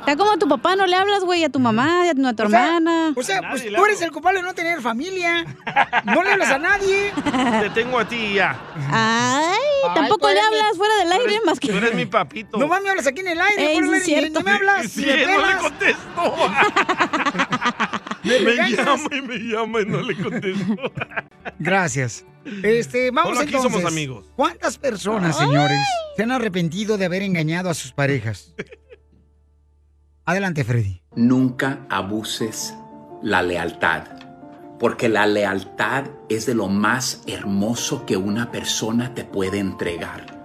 Está como a tu papá, no le hablas, güey, a tu mamá, a tu, a tu O sea, hermana. O sea, pues tú eres el culpable de no tener familia. No le hablas a nadie. [LAUGHS] Te tengo a ti y ya. Ay, Ay, tampoco tú le eres mi- hablas fuera del aire más que. Tú eres mi papito. No más me hablas aquí en el aire, Ey, por sí el es aire, ni- cierto. ni me hablas, Sí, ni me no le pelas. contesto. [LAUGHS] Me me regañas. llama y me llama y no le contesto. Gracias. Este, vamos Solo aquí entonces. somos amigos. ¿Cuántas personas, señores, se han arrepentido de haber engañado a sus [LAUGHS] parejas? Adelante, Freddy. Nunca abuses la lealtad, porque la lealtad es de lo más hermoso que una persona te puede entregar.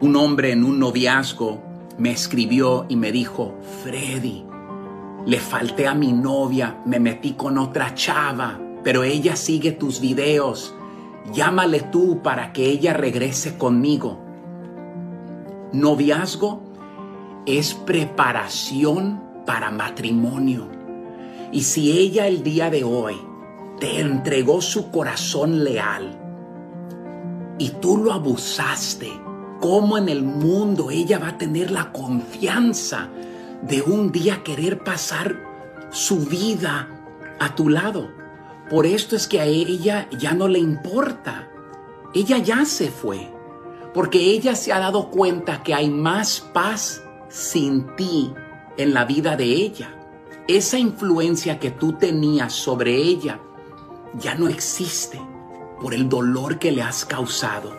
Un hombre en un noviazgo me escribió y me dijo, Freddy, le falté a mi novia, me metí con otra chava, pero ella sigue tus videos. Llámale tú para que ella regrese conmigo. Noviazgo es preparación para matrimonio. Y si ella el día de hoy te entregó su corazón leal y tú lo abusaste, ¿cómo en el mundo ella va a tener la confianza de un día querer pasar su vida a tu lado? Por esto es que a ella ya no le importa. Ella ya se fue porque ella se ha dado cuenta que hay más paz sin ti en la vida de ella. Esa influencia que tú tenías sobre ella ya no existe por el dolor que le has causado.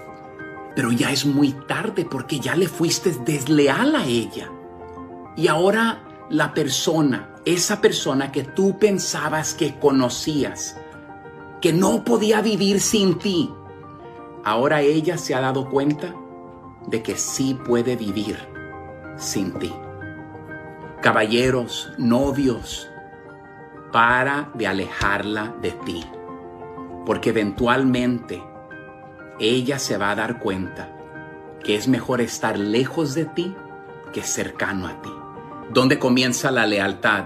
Pero ya es muy tarde porque ya le fuiste desleal a ella. Y ahora la persona, esa persona que tú pensabas que conocías, que no podía vivir sin ti, Ahora ella se ha dado cuenta de que sí puede vivir sin ti. Caballeros, novios, para de alejarla de ti, porque eventualmente ella se va a dar cuenta que es mejor estar lejos de ti que cercano a ti. ¿Dónde comienza la lealtad?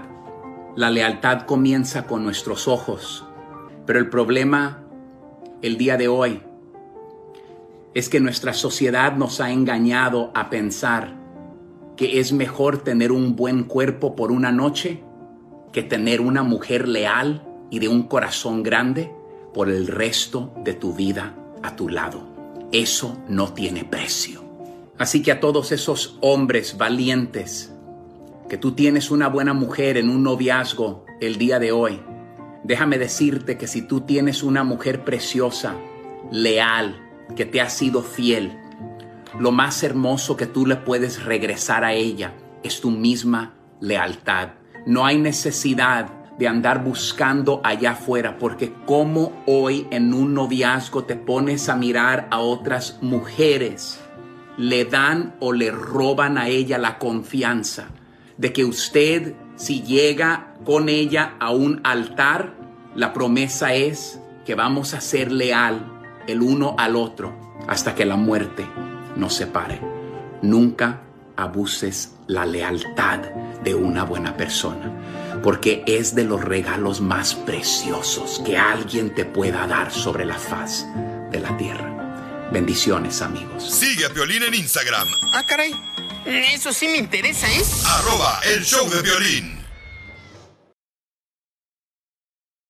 La lealtad comienza con nuestros ojos, pero el problema el día de hoy es que nuestra sociedad nos ha engañado a pensar que es mejor tener un buen cuerpo por una noche que tener una mujer leal y de un corazón grande por el resto de tu vida a tu lado. Eso no tiene precio. Así que a todos esos hombres valientes que tú tienes una buena mujer en un noviazgo el día de hoy, déjame decirte que si tú tienes una mujer preciosa, leal, que te ha sido fiel, lo más hermoso que tú le puedes regresar a ella es tu misma lealtad. No hay necesidad de andar buscando allá afuera, porque como hoy en un noviazgo te pones a mirar a otras mujeres, le dan o le roban a ella la confianza de que usted, si llega con ella a un altar, la promesa es que vamos a ser leal el uno al otro hasta que la muerte nos separe. Nunca abuses la lealtad de una buena persona, porque es de los regalos más preciosos que alguien te pueda dar sobre la faz de la tierra. Bendiciones amigos. Sigue a Piolín en Instagram, Ah, caray. Eso sí me interesa, ¿eh? arroba el show de violín.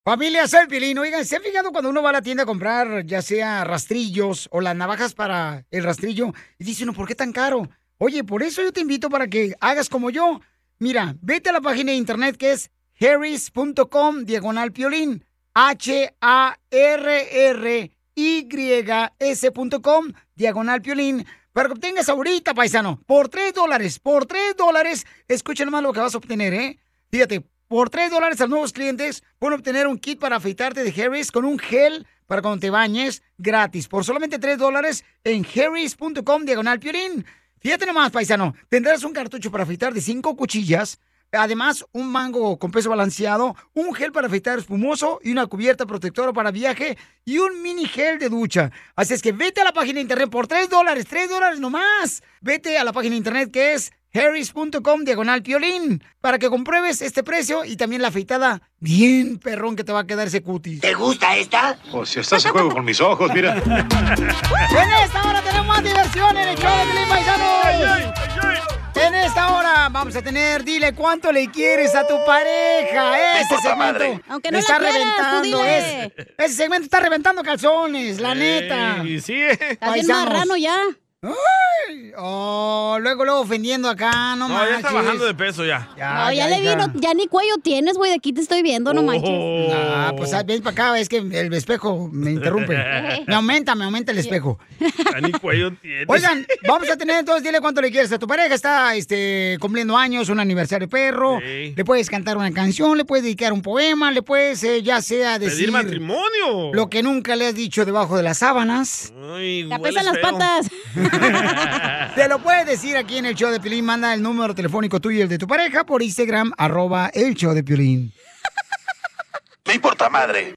Familia Serpilín, oigan, ¿se han fijado cuando uno va a la tienda a comprar ya sea rastrillos o las navajas para el rastrillo? Y dice uno, ¿por qué tan caro? Oye, por eso yo te invito para que hagas como yo. Mira, vete a la página de internet que es harris.com diagonal piolín. H-A-R-R-Y-S.com diagonal piolín. Para que obtengas ahorita, paisano, por 3 dólares, por 3 dólares, escuchen más lo que vas a obtener, ¿eh? Fíjate, por 3 dólares a nuevos clientes pueden obtener un kit para afeitarte de Harris con un gel para cuando te bañes gratis. Por solamente 3 dólares en harris.com diagonal piolín. Fíjate nomás, paisano, tendrás un cartucho para afeitar de 5 cuchillas. Además, un mango con peso balanceado, un gel para afeitar espumoso y una cubierta protectora para viaje y un mini gel de ducha. Así es que vete a la página de internet por 3 dólares, 3 dólares nomás. Vete a la página de internet que es harris.com diagonal piolín para que compruebes este precio y también la afeitada bien perrón que te va a quedar ese cutis. ¿Te gusta esta? Pues si estás a juego con mis ojos, mira. En esta hora tenemos más diversión en el show de Piolín, paisanos. En esta hora vamos a tener, dile cuánto le quieres a tu pareja. Me Ese importa segmento madre. Aunque no está la quieras, tú reventando. dile. es- ese segmento está reventando calzones, la neta. Y sí, Está bien marrano ya. Ay, oh, luego, luego ofendiendo acá, no, No, manches. ya está bajando de peso ya. No, ya, le vi, no- ya ni cuello tienes, güey, de aquí te estoy viendo, Oh. no manches. Ah, pues ah, ven para acá, es que el espejo me [LAUGHS] interrumpe. Me aumenta, me aumenta el espejo. Ya ni cuello tiene. Oigan, vamos a tener entonces, dile cuánto le quieres a tu pareja. Está este, cumpliendo años, un aniversario perro. Sí. Le puedes cantar una canción, le puedes dedicar un poema, le puedes, eh, ya sea Pedir decir. matrimonio. Lo que nunca le has dicho debajo de las sábanas. Ay, La hueles pesan las feo. [LAUGHS] patas. Te lo puedes decir aquí en el show de Piolín. Manda el número telefónico tuyo y el de tu pareja por Instagram, arroba el show de Piolín. Me importa madre.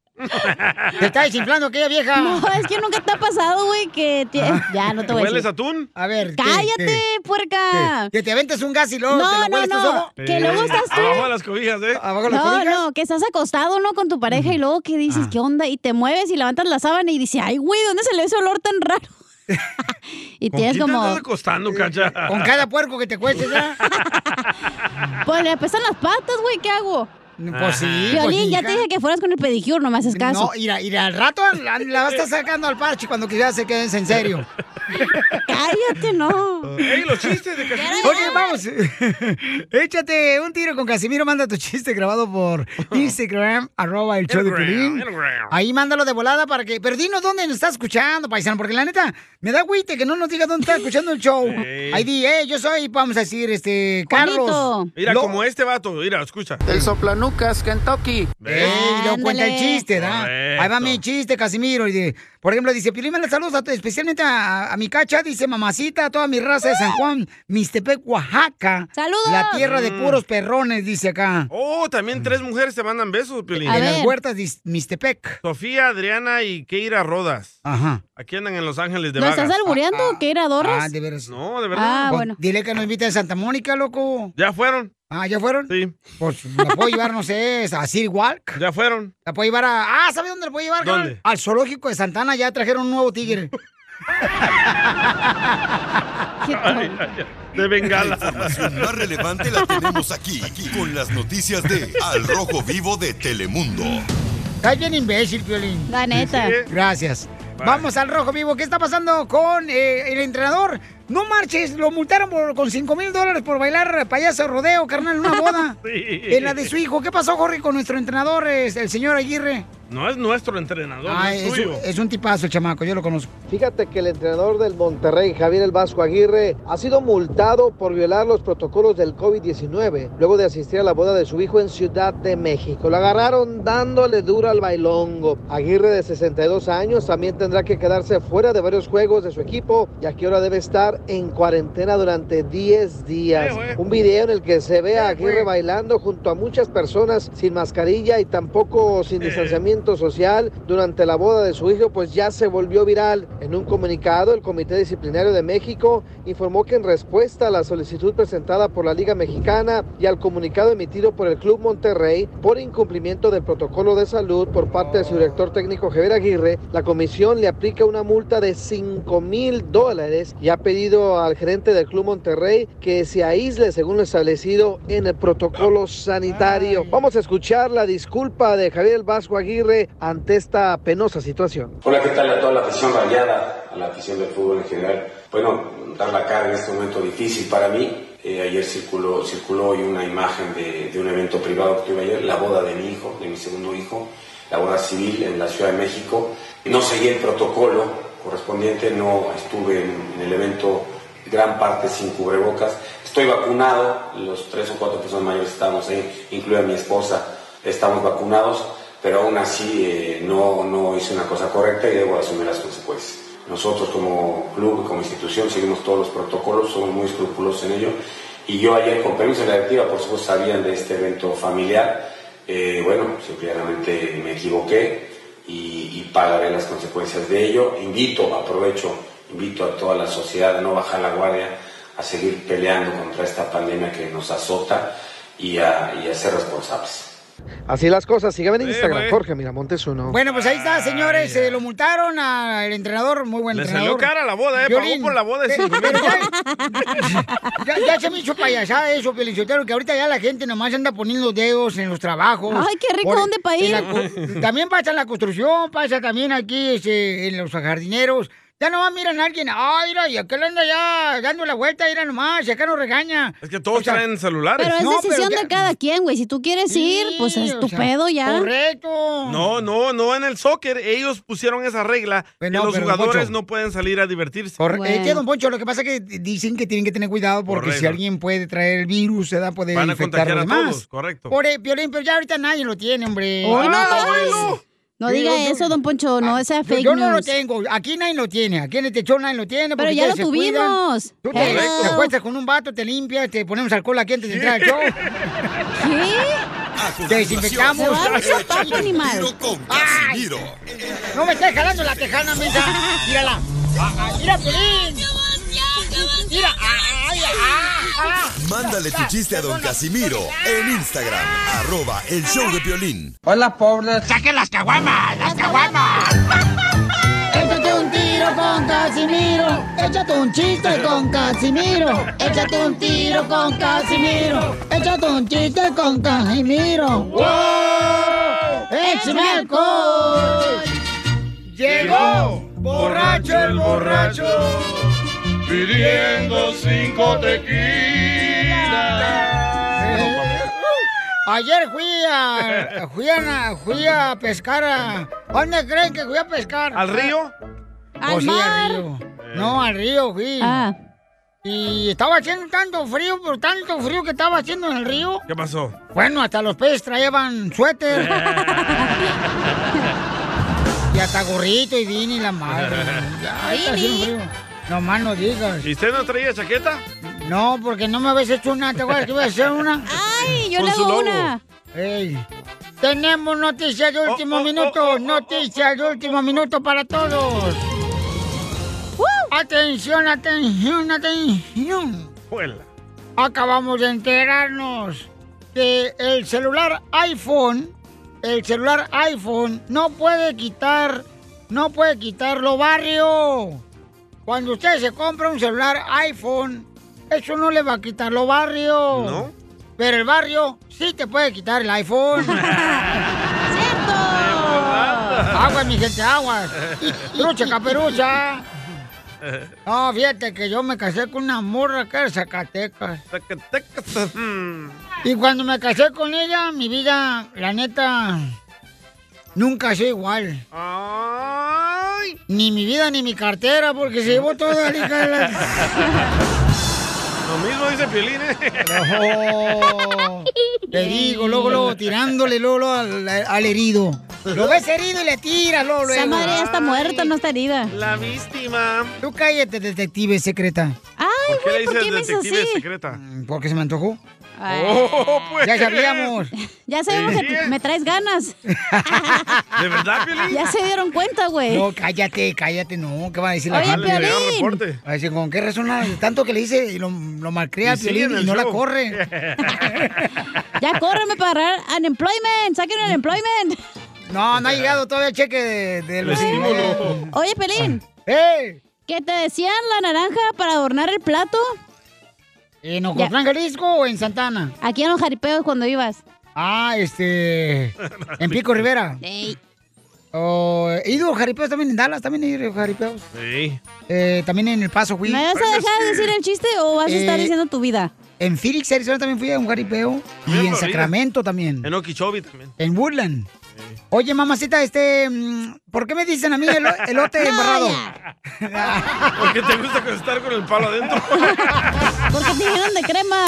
Te está desinflando aquella vieja. Ah. No, es que nunca te ha pasado, güey, que... ti- Ya, no te voy a decir. atún? A ver. ¿qué, ¡Cállate, qué? puerca! Que te aventes un gas y luego No, te lo no, hueles tú no, solo. que luego estás tú. Abajo de las cobijas, ¿eh? Abajo No, no, que estás acostado, ¿no? Con tu pareja y luego que dices, Ah. ¿qué onda? Y te mueves y levantas la sábana y dices, ay, güey, ¿dónde se le ese olor tan raro? [LAUGHS] y ¿Con quién tienes te como, estás acostando, cacha? Con cada puerco que te cueste ya. [LAUGHS] pues le pesan las patas, güey, ¿qué hago? Pues sí. pues, Violín, ya hija. te dije que fueras con el pedicure, no me haces caso. No, mira, mira, al rato la, la vas a estar sacando al parche cuando que ya se queden en serio. Cállate, no. ¡Ey, los chistes de Casimiro! Oye, vamos. [LAUGHS] Échate un tiro con Casimiro. Manda tu chiste grabado [LAUGHS] por Instagram, arroba el show de Piolín. Ahí mándalo de volada para que. Pero dinos dónde nos estás escuchando, paisano, porque la neta, me da güite que no nos digas [LAUGHS] dónde estás escuchando el show. Sí. Ahí di, eh, yo soy, vamos a decir, este, Carlos. Mira, Lo- como este vato, mira, escucha. El soplanucas, Kentucky. Ey, luego cuenta el chiste, ¿verdad? Correcto. Ahí va mi chiste, Casimiro. y de- por ejemplo, dice, Piolín, manda saludos a, especialmente a, a mi cacha, dice, mamacita, a toda mi raza de San Juan, Mistepec, Oaxaca. ¡Saludos! La tierra de Mm. puros perrones, dice acá. Oh, también tres mujeres te mandan besos, Piolín. en las huertas de Mistepec. Sofía, Adriana y Keira Rodas. Ajá. Aquí andan en Los Ángeles de ¿Lo estás vagas. albureando o qué era, Dorras? Ah, de veras. No, Oh, de verdad. Ah, bueno. Pues Dile que nos invite a Santa Mónica, loco. ¿Ya fueron? Ah, ¿ya fueron? Sí. Pues la puedo llevar, no sé, a Sir Walk. ¿Ya fueron? La puedo llevar a... Ah, ¿sabes dónde la puedo llevar? ¿Dónde? carnal? Al zoológico de Santana ya trajeron un nuevo tigre. Ay, ay, ay. De bengala. La información más relevante la tenemos aquí, aquí, con las noticias de Al Rojo Vivo de Telemundo. Estás bien imbécil, Piolín. eh. La neta. Gracias. Vamos al rojo vivo. ¿Qué está pasando con eh, el entrenador? No marches, lo multaron por- con 5 mil dólares por bailar payaso rodeo, carnal, en una boda. [LAUGHS] Sí. En la de su hijo. ¿Qué pasó, Jorge, con nuestro entrenador, es el señor Aguirre? No es nuestro entrenador, Ah, no es es, tuyo. un- es un tipazo el chamaco, yo lo conozco. Fíjate que el entrenador del Monterrey, Javier El Vasco Aguirre, ha sido multado por violar los protocolos del COVID-19 luego de asistir a la boda de su hijo en Ciudad de México. Lo agarraron dándole duro al bailongo. Aguirre, de 62 años, también tendrá que quedarse fuera de varios juegos de su equipo, ya que ahora debe estar en cuarentena durante 10 días. Un video en el que se ve a Aguirre bailando junto a muchas personas sin mascarilla y tampoco sin distanciamiento social durante la boda de su hijo, pues ya se volvió viral. En un comunicado, el Comité Disciplinario de México informó que en respuesta a la solicitud presentada por la Liga Mexicana y al comunicado emitido por el Club Monterrey por incumplimiento del protocolo de salud por parte de su director técnico Javier Aguirre, la comisión le aplica una multa de 5 mil dólares y ha pedido al gerente del Club Monterrey que se aísle según lo establecido en el protocolo sanitario. Vamos a escuchar la disculpa de Javier El Vasco Aguirre ante esta penosa situación. Hola, ¿qué tal a toda la afición rayada, a la afición del fútbol en general? Bueno, dar la cara en este momento difícil para mí. Eh, ayer circuló, circuló hoy una imagen de, de un evento privado que tuve ayer, la boda de mi hijo, de mi segundo hijo, la boda civil en la Ciudad de México. No seguí el protocolo correspondiente, no estuve en, en el evento gran parte sin cubrebocas. Estoy vacunado, los tres o cuatro personas mayores estábamos ahí, incluida mi esposa, estamos vacunados pero aún así eh, no, no hice una cosa correcta y debo asumir las consecuencias. Nosotros como club, como institución, seguimos todos los protocolos, somos muy escrupulosos en ello. Y yo ayer, con permiso de la directiva, por supuesto, sabían de este evento familiar. Eh, bueno, simplemente me equivoqué y, y pagaré las consecuencias de ello. Invito, aprovecho, invito a toda la sociedad a no bajar la guardia, a seguir peleando contra esta pandemia que nos azota y a- y a ser responsables. Así las cosas, síganme en Instagram, güey. Jorge Miramontes uno. pues. Bueno, pues ahí está, señores. eh, lo multaron al entrenador, muy buen Le entrenador. salió cara la boda, eh, pagó por la boda de eh, cinco mil. pero ya- ya, ya se me hizo payasada eso, Pelichotero, que ahorita ya la gente nomás anda poniendo dedos en los trabajos. Ay, qué rico, ¿dónde pa' en ir? la cu- también pasa en la construcción, pasa también aquí este, en los jardineros. Ya nomás miran a alguien, ay, mira, y aquel anda ya dando la vuelta, mira nomás, y acá nos regaña. Es que todos O sea, traen celulares. Pero es No, pero decisión ya- de cada quien, güey. Si tú quieres ir, pues Sí, es tu o sea, pedo ya. Correcto. No, no, no en el soccer. Ellos pusieron esa regla Bueno, que los Pues pero, jugadores Poncho. no pueden salir a divertirse. Correcto. Es que, eh, don Poncho, lo que pasa es que dicen que tienen que tener cuidado porque Correcto. si alguien puede traer el virus, se da puede Van a infectar contagiar los a demás. todos, correcto. Por, eh, Piolín, pero ya ahorita nadie lo tiene, Ay, hombre. no Ah, más. bueno. No Sí, diga yo- yo- eso, don Poncho, no sea Yo, fake yo no lo news. tengo, aquí nadie lo tiene, aquí en el techón nadie lo Pero tiene. porque ya lo ustedes se cuidan. tuvimos. Tú te, Correcto. te acuestas con un vato, te limpias, te ponemos alcohol aquí antes de entrar al show. A Te desinfectamos. Te continuación, va a échate matar, animal. un tiro con Casimiro. No me estés jalando la tejana, mija. Mírala. Ah, ah, mira, Piolín. Mira, ah, ah, mira, ah, ah. Mándale tu chiste a don Casimiro en Instagram, arroba el show de violín. Hola, pobres. ¡Saquen las caguamas! ¡Las caguamas! Échate un tiro con Casimiro. Échate un chiste con Casimiro. Échate un tiro con Casimiro. Échate un chiste con Casimiro. ¡Wow! ¡Échame alcohol! Llegó borracho el borracho pidiendo cinco tequilas. Ayer fui a, fui a, fui a pescar a... ¿Dónde creen que fui a pescar? ¿Al río? Pues ¿Al sí, mar? Ah. río. [LAUGHS] No, al río fui. Y estaba haciendo tanto frío, por tanto frío que estaba haciendo en el río. ¿Qué pasó? Bueno, hasta los peces traían suéter. [LAUGHS] y hasta gorrito y vino y la [LAUGHS] madre. Ay, está haciendo frío. No más no digas. ¿Y usted no traía chaqueta? No, porque no me habéis hecho una. ¿Te acuerdas que iba a hacer una? ¡Ay, yo Con le hago su logo. una. Ey. Tenemos noticias Oh, de último minuto. noticias de último minuto para todos. Atención, atención, atención. Juela. Acabamos de enterarnos que el celular iPhone, el celular iPhone no puede quitar, no puede quitarlo barrio. Cuando usted se compra un celular iPhone, eso no le va a quitar lo barrio. ¿No? Pero el barrio sí te puede quitar el iPhone. ¡Cierto! Aguas, mi gente, aguas. Trucha, caperucha. No, fíjate que yo me casé con una morra que era de Zacatecas. [LAUGHS] Zacatecas. Y cuando me casé con ella, mi vida, la neta, nunca ha sido igual. Ni mi vida ni mi cartera, porque se llevó toda la hija de [LAUGHS] la... Lo mismo dice Piolín, ¿eh? Oh, te digo, luego, luego, tirándole luego, luego al, al herido. Lo ves herido y le tiras, luego, luego. Esa madre ya está muerta, no está herida. [LAUGHS] La víctima. Tú cállate, detective secreta. Ay, ¿Qué güey, le ¿por qué dices me hizo detective así? secreta? Porque se me antojó. Ay. Oh, pues. Ya sabíamos. Ya sabemos que te- me traes [LAUGHS] ganas. ¿De verdad, Ah, Piolín? Ya se dieron cuenta, güey. No, cállate, cállate, no. ¿Qué va a decir la Oye, gente? Piolín. Le dieron reporte. Va a decir, ¿con qué razón? la- Tanto que le dice y lo, lo malcrea Y al sigue Piolín en y el no la show. [LAUGHS] corre. Ya córreme para agarrar unemployment. Saquen unemployment. No, no ha llegado todavía el cheque de, de los... Oye, Pelín. ¡Eh! ¿Qué te decían la naranja para adornar el plato? ¿En Ocotlán, Jalisco o en Santana? Aquí en los jaripeos cuando ibas. Ah, este... En Pico Rivera. Ey. Oh, he ido a jaripeos también en Dallas, también he ido a jaripeos. Sí. Eh, también en El Paso, güey. ¿Me vas a dejar de decir el chiste o vas a estar Eh, [LAUGHS] diciendo tu vida? En Phoenix, Arizona también fui a un jaripeo. También Y en Florida. Sacramento también. En Okeechobee también. En Woodland. Oye, mamacita, este... mm, ¿Por qué me dicen a mí el, [LAUGHS] elote embarrado? [LAUGHS] Porque te gusta estar con el palo adentro. Porque te dijeron de crema.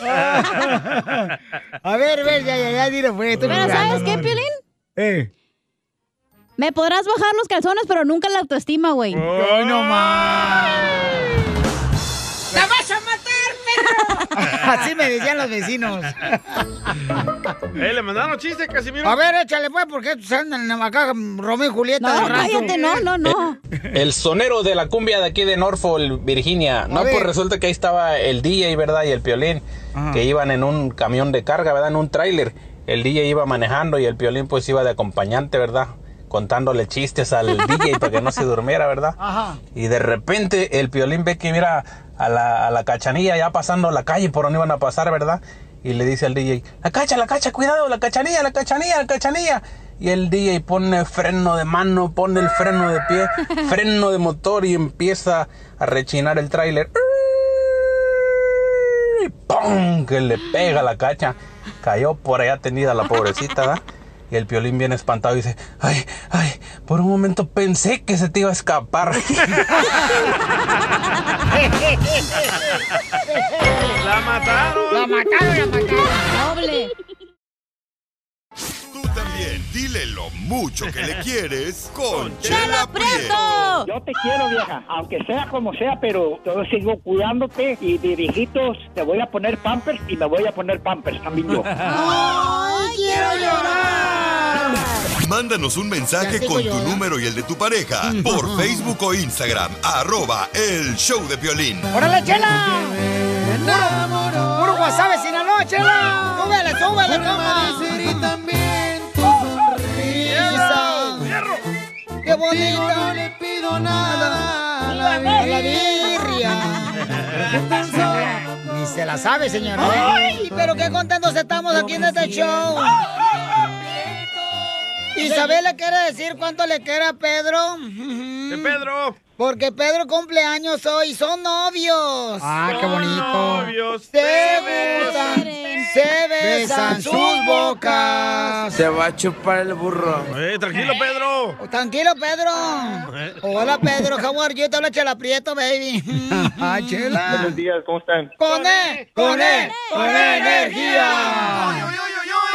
[LAUGHS] A ver, a ver, ya, ya, ya, dilo, pues. estoy Pero jugando, ¿sabes qué, no. Piolín? [LAUGHS] Eh. Me podrás bajar los calzones, pero nunca la autoestima, güey. ¡Ay, no más! ¡La vas a matar, Así me decían los vecinos. Eh, le mandaron chistes, Casimiro. A ver, échale, pues, porque estos andan acá, Romeo y Julieta. No, del rancho. cállate, no, no, no. El sonero de la cumbia de aquí de Norfolk, Virginia. No, pues resulta que ahí estaba el DJ, ¿verdad? Y el piolín, que iban en un camión de carga, ¿verdad? En un tráiler. El DJ iba manejando y el piolín, pues, iba de acompañante, ¿verdad? Contándole chistes al DJ para que no se durmiera, ¿verdad? Ajá. Y de repente el piolín ve que mira a la, a la cachanilla ya pasando la calle por donde iban a pasar, ¿verdad? Y le dice al DJ, la cacha, la cacha, cuidado, la cachanilla, la cachanilla, la cachanilla. Y el DJ pone freno de mano, pone el freno de pie, freno de motor y empieza a rechinar el tráiler. Y ¡pum! que le pega la cacha. Cayó por allá tendida la pobrecita, ¿verdad? Y el piolín viene espantado y dice, ay, ay, por un momento pensé que se te iba a escapar. La mataron. La mataron, la mataron. Doble. Bien, dile lo mucho que le quieres con ¡Chela Chela Prieto. Yo te quiero, vieja, aunque sea como sea, pero yo sigo cuidándote y de viejitos te voy a poner pampers y me voy a poner pampers también yo. [LAUGHS] ¡Ay, quiero llorar! Mándanos un Ya mensaje sigo con tu llorando. número y el de tu pareja por Facebook o Instagram, arroba el show de violín. ¡Órale, chela! ¡Puro, puro wasabi Sinaloa, chela! ¡Súbele, súbele, toma! [LAUGHS] también tu sonrisa. Oh, ¡Qué bonita! no le pido nada la, birria. Ni se la sabe, ¿eh? señora. ¡Ay, pero qué contentos estamos aquí en este show! Isabela quiere decir cuánto le queda a Pedro. ¿De Pedro? Porque Pedro cumple años hoy, son novios. Ah, qué bonito. Novios. Se besan, se besan sus bocas. Se va a chupar el burro. Eh, tranquilo, Pedro. Tranquilo, Pedro. Hola, Pedro, how are you? Te habla Chela Prieto, [LAUGHS] baby. Ah, Chela. Buenos días, ¿cómo están? Con él, con él, con E energía.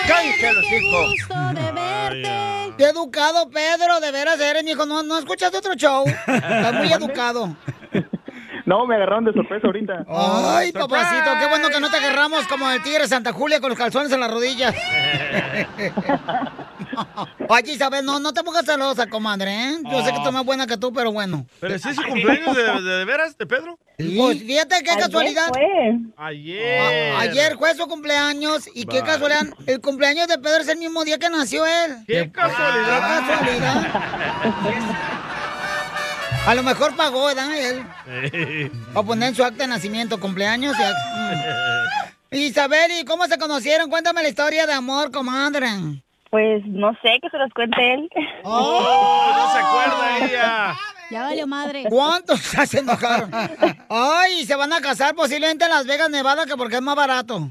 ¡Cállate, los hijos! Qué educado, Pedro, de veras eres, mijo. No, no escuchas otro show. Estás muy educado. No, me agarraron de sorpresa ahorita. Oh, Ay, papacito, qué bueno que no te agarramos como el tigre de Santa Julia con los calzones en las [LAUGHS] rodillas. Oye, Isabel, no, no te pongas celosa, comadre, ¿eh? Yo sé que tú es más buena que tú, pero bueno. Oh. Pero sí es su cumpleaños de, de, de veras, de Pedro. Pues fíjate qué Ayer casualidad. Ayer. A- Ah, Ayer fue su cumpleaños y qué Vale. casualidad. El cumpleaños de Pedro es el mismo día que nació él. ¡Qué casualidad! Qué casualidad. A lo mejor pagó, ¿verdad? Él. Va a poner en su acta de nacimiento, cumpleaños. y ac- Mm. Isabel, ¿y cómo se conocieron? Cuéntame la historia de amor, comadre. Pues no sé, que se los cuente él. ¡Oh! ¡No se acuerda ella! Ya valió madre. ¿Cuántos ya se enojaron? Ay, se van a casar posiblemente en Las Vegas, Nevada, que porque es más barato.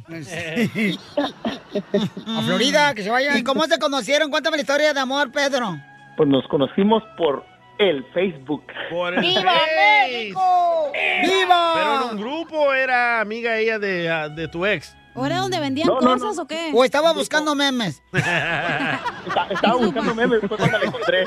A Florida, que se vayan. ¿Y cómo se conocieron? Cuéntame la historia de amor, Pedro. Pues nos conocimos por el Facebook. Por el ¡Viva Face. México! ¡Viva! Pero en un grupo era amiga ella de, ah, de tu ex. ¿O era donde vendían No, no, cosas no. o qué? O estaba buscando [LAUGHS] memes. Ah, Estaba buscando memes, pues, fue cuando la encontré.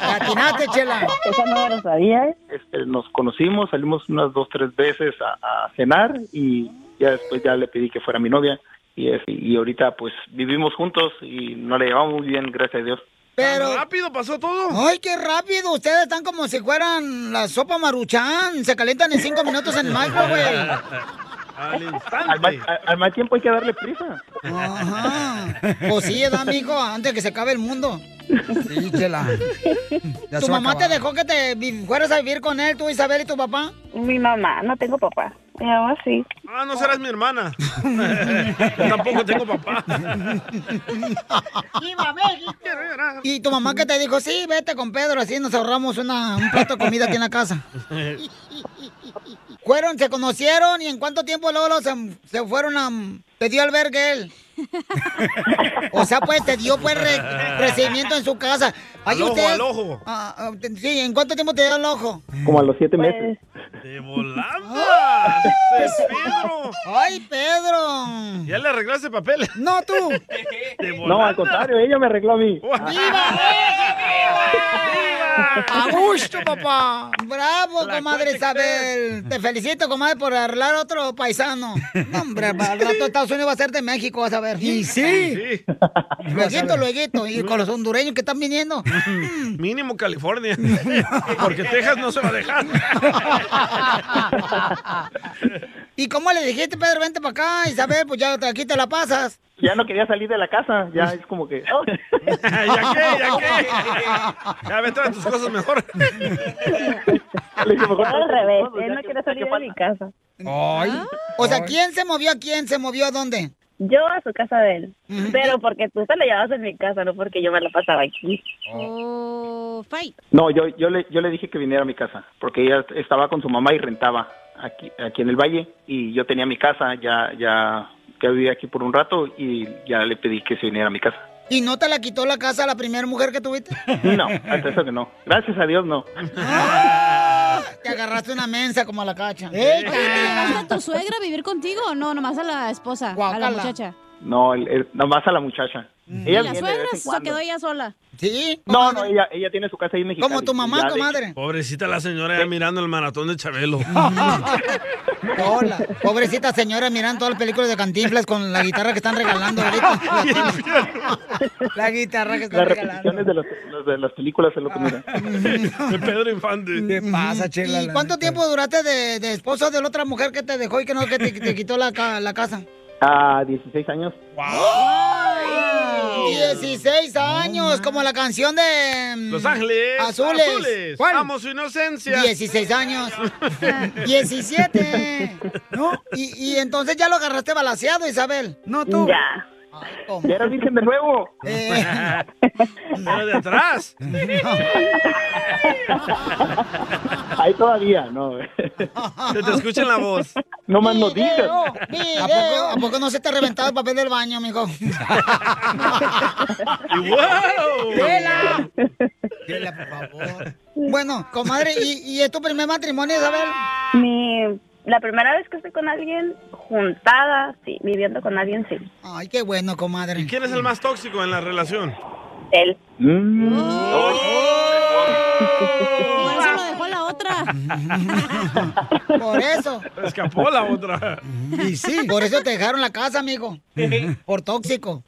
La atinaste, Chela. Esa no lo sabía, Este, nos conocimos, salimos unas dos, tres veces a, a cenar y ya después ya le pedí que fuera mi novia. Y, es- y ahorita pues vivimos juntos y nos la llevamos muy bien, gracias a Dios. Pero... rápido pasó todo. Ay, qué rápido. Ustedes están como si fueran la sopa maruchan. Se calientan en cinco minutos en el microwave. Al Al, mal- al- al mal tiempo hay que darle prisa. Ajá. Pues sí, ¿verdad, mijo? Antes que se acabe el mundo. Sí, Chela. Ya ¿Tu se va a mamá te acabar. dejó que te vi- fueras a vivir con él, tú, Isabel y tu papá? Mi mamá, no tengo papá. Mi mamá sí. Ah, no serás mi hermana. [LAUGHS] [LAUGHS] Tampoco tengo papá. ¡Viva México! ¿Y tu mamá que te dijo? Sí, vete con Pedro, así nos ahorramos una, un plato de comida aquí en la casa. Fueron, se conocieron y en cuánto tiempo luego luego se, se fueron a... Te dio albergue él. O sea, pues te dio pues [LAUGHS] re- recibimiento en su casa. Ahí Al ojo, ustedes- al ojo. Ah, ah, te- sí, ¿en cuánto tiempo te dio el ojo? Como a los siete meses. Pedro! ¡Ay, Pedro! ¿Ya le arreglaste papeles? No, [LAUGHS] tú. No, al contrario, ella me arregló a mí. ¡A gusto, papá! ¡Bravo, comadre Isabel! Te felicito, comadre, por arreglar otro [LAUGHS] paisano. No, hombre, para el rato Estados Unidos va a ser de México, vas a ver. Y sí. Lueguito, lueguito. Y con los hondureños que están [LAUGHS] viniendo. Mínimo California. Porque Texas no se va a dejar. [LAUGHS] ¿Y cómo le dijiste, Pedro, vente para acá, Isabel? Pues ya te- aquí te la pasas. Ya no quería salir de la casa, ya [LAUGHS] es como que... oh, ¿Ya qué? ¿Ya qué? Ya vete a tus cosas [LAUGHS] mejor. Fue al revés, pues él no quiere salir de mi casa. O sea, ¿quién se movió a quién? ¿Se movió a dónde? Yo a su casa de él. Pero porque tú te la llevabas en mi casa, no porque yo me la pasaba aquí. Oh, fight. No, yo, yo, le, yo le dije que viniera a mi casa, porque ella estaba con su mamá y rentaba aquí, aquí en el valle, y yo tenía mi casa, ya, ya, ya vivía aquí por un rato, y ya le pedí que se viniera a mi casa. ¿Y no te la quitó la casa la primera mujer que tuviste? No, hasta eso que no. Gracias a Dios, no. Te agarraste una mensa como a la cacha. Ah, Oye, ¿te llevaste a tu suegra a vivir contigo o no? Nomás a la esposa, a la Guácala. muchacha. No, el- el- nomás a la muchacha. ¿Y Mm. Ella la viene de suegra vez en se cuando. quedó ella sola? Sí. No, no, ella, ella tiene su casa ahí en Mexicali. Ya, de hecho, Pobrecita la señora ya mirando el maratón de Chabelo. Hola. Pobrecita señora, miran todas las películas de Cantinflas con la guitarra que están regalando ahorita. La guitarra que están Las regalando. repeticiones de las, las- de las películas es lo que mira. [LAUGHS] De Pedro Infante. ¿Qué pasa, ¿Y cuánto tiempo duraste de, de esposo de la otra mujer que te dejó y que no que te, te quitó la, ca- la casa? Ah, 16 años. ¡Ay! 16 años, como la canción de... mm, Los Ángeles. Azules. Azules. ¿Cuál? Amo su inocencia. 16 [LAUGHS] años. 17. ¿No? Y, y entonces ya lo agarraste balaseado, Isabel. No tú. Ya. Ya era virgen de nuevo. [LAUGHS] Pero de atrás. Ahí todavía, no. [LAUGHS] Se te escucha en la voz. No más nos digas. Video, video. ¿A poco no se te ha reventado el papel del baño, [LAUGHS] mijo? Y wow. ¡Tela! Bueno, comadre, ¿y, y es tu primer matrimonio, Isabel? Mi, la primera vez que estoy con alguien juntada, sí, viviendo con alguien, sí. [LAUGHS] Ay, qué bueno, comadre. ¿Y quién es el más tóxico en la relación? Oh. Él. Mm. Oh. Por eso lo dejó la otra. [LAUGHS] Por eso. Escapó la otra. Y sí. Por eso te dejaron la casa, amigo. Por tóxico.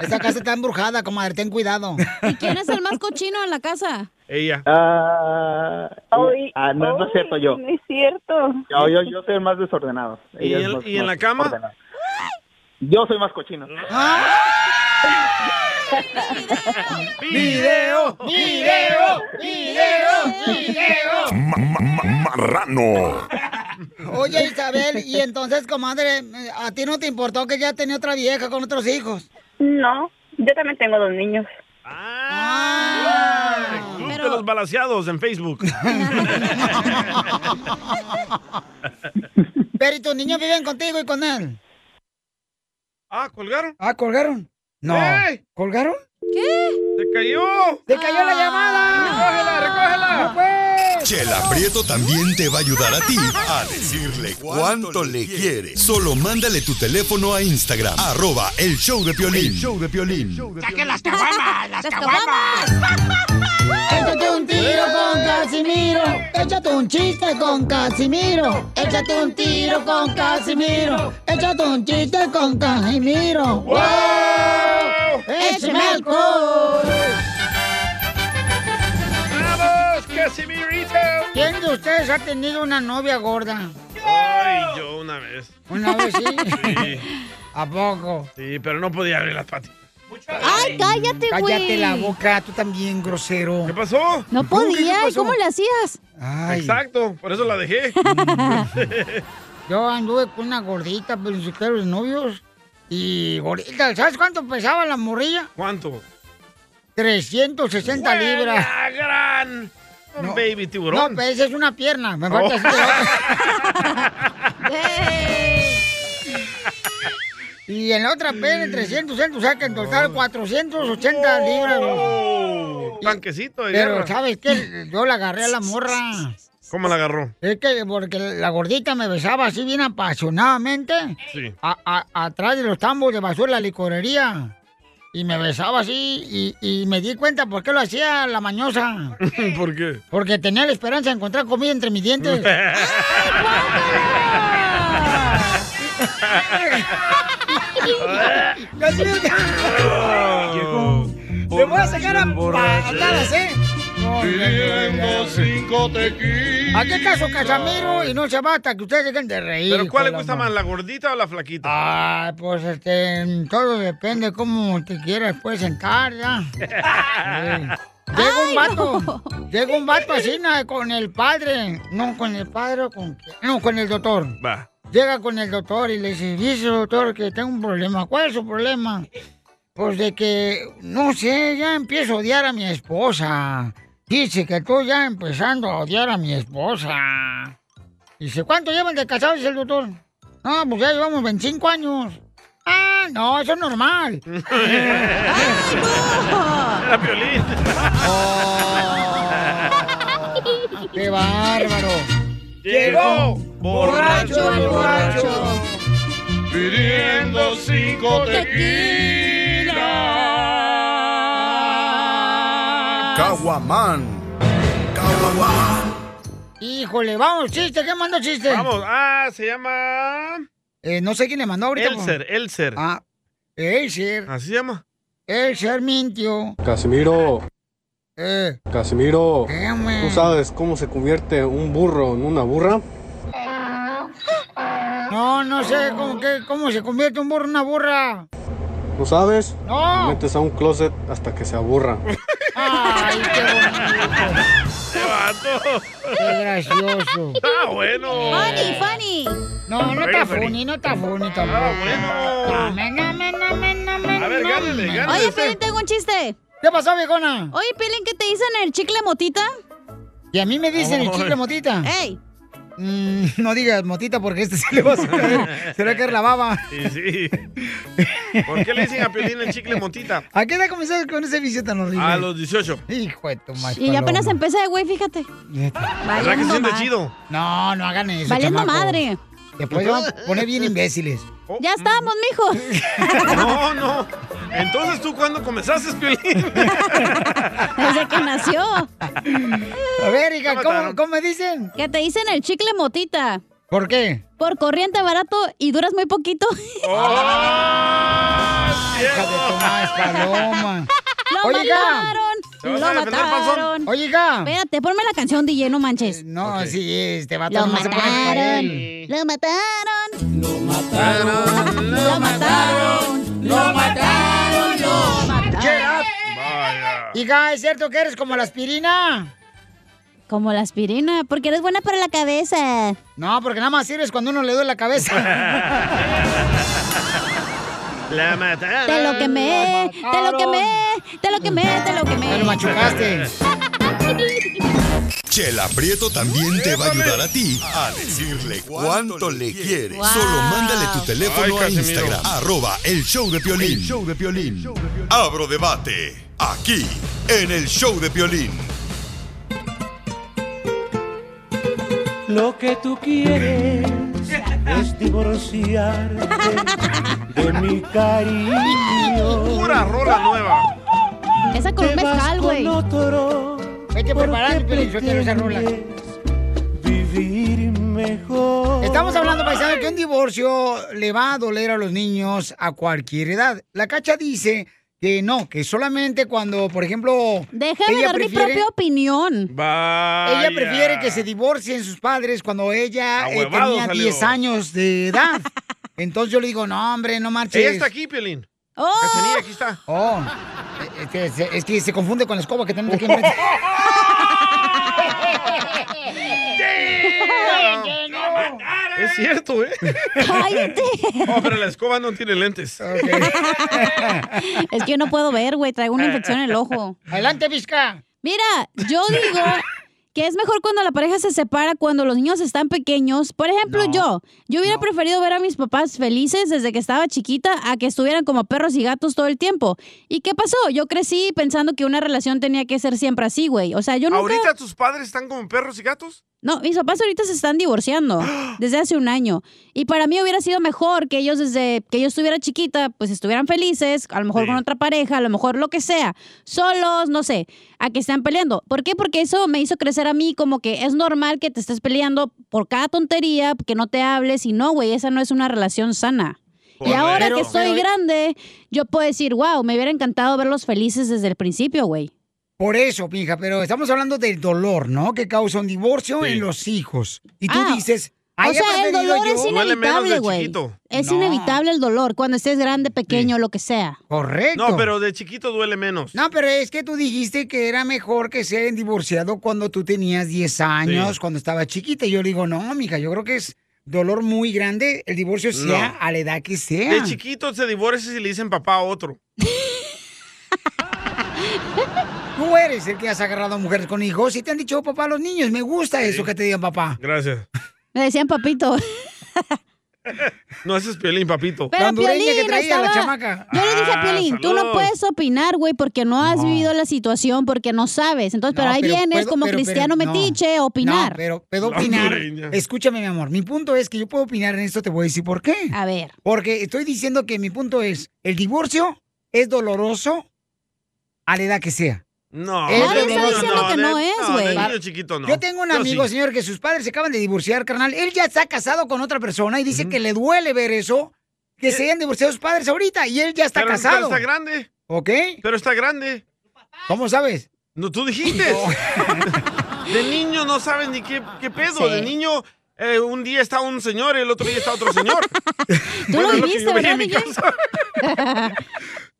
Esa casa está embrujada, comadre, ten cuidado. ¿Y quién es el más cochino en la casa? Ella. Ah, Ay, ah, no, no es cierto yo. No es cierto. Yo, yo, yo soy el más desordenado. ¿Y Ella es en- más- y en más la cama? ordenada. Yo soy más cochino. Ah. Video, video, video, video. Marrano. Oye, Isabel, y entonces, comadre, ¿a ti no te importó que ya tenía otra vieja con otros hijos? No, yo también tengo dos niños. Club de los balaseados en Facebook. Pero ¿y tus niños viven contigo y con él? Ah, colgaron. Ah, colgaron. No. ¡Ey! ¿Colgaron? ¿Qué? ¡Se cayó! ¡Se cayó la llamada! ¡Recógela, pues. Chela Prieto también te va a ayudar a ti a decirle cuánto le quiere. Solo mándale tu teléfono a Instagram, arroba el show de Piolín. show de Piolín. ¡Saquen las caguamas! ¡Las caguamas! Échate un tiro con Casimiro. Échate un chiste con Casimiro. Échate un tiro con Casimiro. Échate un chiste con Casimiro. ¡Wow! ¡Échame alcohol! ¡Vamos, Casimirito! ¿Quién de ustedes ha tenido una novia gorda? Ay, yo una vez. Una vez sí. Sí, ¿A poco? sí, pero no podía abrir las patas. ¡Ay, cállate, güey! Cállate la boca, tú también, grosero. ¿Qué pasó? No podía, ¿y cómo le hacías? Exacto, por eso la dejé. Yo anduve con una gordita, pero ni siquiera los novios. Y gordita, ¿sabes cuánto pesaba la morrilla? ¿Cuánto? 360 libras. ¡Buena gran! Un baby No, tiburón. Oh. pero esa es una pierna. Me falta así de la otra. Y en la otra pierna, 300 centos, o sea que en total 480 libras. güey. Tanquecito Oh. de Pero, guerra. ¿sabes qué? Yo la agarré a la morra. ¿Cómo la agarró? Es que porque la gordita me besaba así bien apasionadamente. Sí. a- a- atrás de los tambos de basura de la licorería. Y me besaba así y, y me di cuenta por qué lo hacía la mañosa. [LAUGHS] ¿Por qué? Porque tenía la esperanza de encontrar comida entre mis [LAUGHS] dientes. ¡Te voy a sacar a patadas, eh! Pidiendo cinco tequilas. ¿A qué caso, Casamiro? Y no se va hasta que ustedes dejen de reír. ¿Pero cuál le hijo de gusta la más, la gordita o la flaquita? Ah, pues este, todo depende cómo te quieras pues sentar, [LAUGHS] ya. Llega un vato, llega un vato así na, con el padre, no con el padre o con quién, no con el doctor. Va. Llega con el doctor y le dice, dice doctor que tengo un problema. ¿Cuál es su problema? Pues de que, no sé, ya empiezo a odiar a mi esposa. Dice que tú ya empezando a odiar a mi esposa. Dice, ¿cuánto llevan de casados? Dice el doctor. No, pues ya llevamos 25 años. Ah, no, eso es normal. [LAUGHS] Era Piolín. Oh. ¡Qué bárbaro! Llegó borracho el borracho. Pidiendo cinco tequilas. Caguaman. Híjole, vamos, chiste, ¿qué mandó chiste? Vamos, ah, se llama... Eh, no sé quién le mandó ahorita. pues. Elser, Elser. Ah, Elser. ¿Así se llama? Elser mintió. Casimiro. Eh. Casimiro. hombre. ¿Tú sabes cómo se convierte un burro en una burra? No, no sé cómo, que- cómo se convierte un burro en una burra. ¿No sabes? No. Lo metes a un closet hasta que se aburra. Ay, qué bonito. Qué gracioso. Ah, bueno. Funny, funny. No, no está Very funny, no está funny tampoco. Ah, bueno. A ver, gánale, gánale Oye, usted. Pelín, tengo un chiste. ¿Qué pasó, viejona? Oye, Pelín, ¿qué te dicen el chicle motita? Y a mí me dicen el Ay. chicle motita. ¡Ey! Mm, [LAUGHS] no digas motita porque este se le va a [LAUGHS] sacar, se le va a caer la baba. Sí, sí. ¿Por qué le dicen a Piolín el chicle motita? ¿A qué edad comenzaste con ese vicio tan horrible? A los 18. Hijo de tu madre. Y ya apenas paloma. empecé, güey, fíjate. ¿Verdad que se siente ma- chido? No, no hagan eso. Valiendo chamacos. madre. Después se van a poner bien imbéciles. Ya estábamos, [LAUGHS] mijo. No, no. Entonces, ¿tú cuándo comenzaste, Piolín? [LAUGHS] Desde que nació. A ver, hija, ¿cómo, cómo me dicen? Que te dicen el chicle motita. ¿Por qué? Por corriente barato y duras muy poquito. Oh. [LAUGHS] Ah, paloma. ¡Lo Oye, hija. mataron! ¿Te vas a ¡Lo defender, panzón? mataron! Oye, hija. Eh, Espérate, ponme la canción, DJ, no manches. No, sí, este vato Lo nomás se pone para mataron. él. Lo mataron. Lo mataron. Lo mataron. Lo mataron. Hija, ¿es cierto que eres como la aspirina? Como la aspirina, porque eres buena para la cabeza. No, porque nada más sirves cuando uno le duele la cabeza. La mataron. Te lo quemé, te lo quemé, te lo quemé, te lo quemé. Te lo machucaste. Chela Prieto también te va a ayudar a ti a decirle cuánto le quieres. Solo mándale tu teléfono a Ay, Casimiro. Instagram, arroba el show de Piolín. Abro debate, aquí, en el show de Piolín. Lo que tú quieres es divorciarte de mi cariño. Pura rola nueva. [LAUGHS] Esa con un mezcal, güey. Hay que preparar el pelín, yo quiero esa rola. Estamos hablando, paisano, que un divorcio le va a doler a los niños a cualquier edad. La cacha dice que no, que solamente cuando, por ejemplo. Déjame ella dar mi prefiere- propia opinión. Ella prefiere [LAUGHS] que se divorcien sus padres cuando ella eh, Ahuevado tenía salió. 10 años de [LAUGHS] edad. Entonces yo le digo, no, hombre, no marches. Ella está aquí, Piolín. ¡Oh! Cachanilla, aquí está. Oh, es que, se- es que se confunde con la escoba que tenemos aquí enfrente. [LAUGHS] Es cierto, ¿eh? ¡Cállate! Oh, pero la escoba [LAUGHS] no tiene lentes. [LAUGHS] Es que yo no puedo ver, güey. Traigo una infección en el ojo. Adelante, Vizca. Mira, yo digo que es mejor cuando la pareja se separa, cuando los niños están pequeños. Por ejemplo, yo. Yo hubiera preferido ver a mis papás felices desde que estaba chiquita a que estuvieran como perros y gatos todo el tiempo. ¿Y qué pasó? Yo crecí pensando que una relación tenía que ser siempre así, güey. O sea, yo nunca... ¿Ahorita tus padres están como perros y gatos? No, mis papás ahorita se están divorciando desde hace un año. Y para mí hubiera sido mejor que ellos desde que yo estuviera chiquita, pues estuvieran felices, a lo mejor con otra pareja, a lo mejor lo que sea, solos, no sé, a que están peleando. ¿Por qué? Porque eso me hizo crecer a mí como que es normal que te estés peleando por cada tontería, que no te hables y no, güey, esa no es una relación sana. Y Correcto. ahora Pero- que soy pero- grande, yo puedo decir, wow, me hubiera encantado verlos felices desde el principio, güey. Por eso, pija, pero estamos hablando del dolor, ¿no? Que causa un divorcio en los hijos. Y tú dices, Ah, O "Ay, sea, he el preferido dolor yo". es inevitable, güey. Es No. inevitable el dolor cuando estés grande, pequeño, lo que sea. Correcto. No, pero de chiquito duele menos. No, pero es que tú dijiste que era mejor que se hayan divorciado cuando tú tenías 10 años, Sí. cuando estaba chiquita. Y yo le digo, no, mija, yo creo que es dolor muy grande el divorcio sea No. a la edad que sea. De chiquito se divorcia y le dicen papá a otro. Tú eres el que has agarrado a mujeres con hijos y te han dicho, "Oh, papá, a los niños, me gusta eso que te digan papá. Gracias. Me decían papito. No, ese es Piolín, papito. Pero Piolín estaba- Yo le dije a Ah, Piolín, tú no salud. puedes opinar, güey, porque no has vivido la situación, porque no sabes. Entonces, pero No, ahí pero vienes puedo- como pero- pero- cristiano no. metiche a opinar. No, pero puedo opinar. Escúchame, mi amor. Mi punto es que yo puedo opinar en esto, te voy a decir por qué. A ver. Porque estoy diciendo que mi punto es, el divorcio es doloroso a la edad que sea. No, Es de doloroso. niño de- de niño chiquito no. Yo tengo un Yo amigo, sí. señor, que sus padres se acaban de divorciar, carnal. Él ya está casado con otra persona y dice que le duele ver eso, que se hayan divorciado sus padres ahorita y él ya está Pero- pero casado. está grande. ¿Ok? Pero está grande. ¿Cómo sabes? No, tú [LAUGHS] dijiste. [LAUGHS] De niño no sabes ni qué, qué pedo. Sí. De niño, eh, un día está un señor y el otro día está otro señor. [LAUGHS] Bueno, es lo que yo veía en mi casa.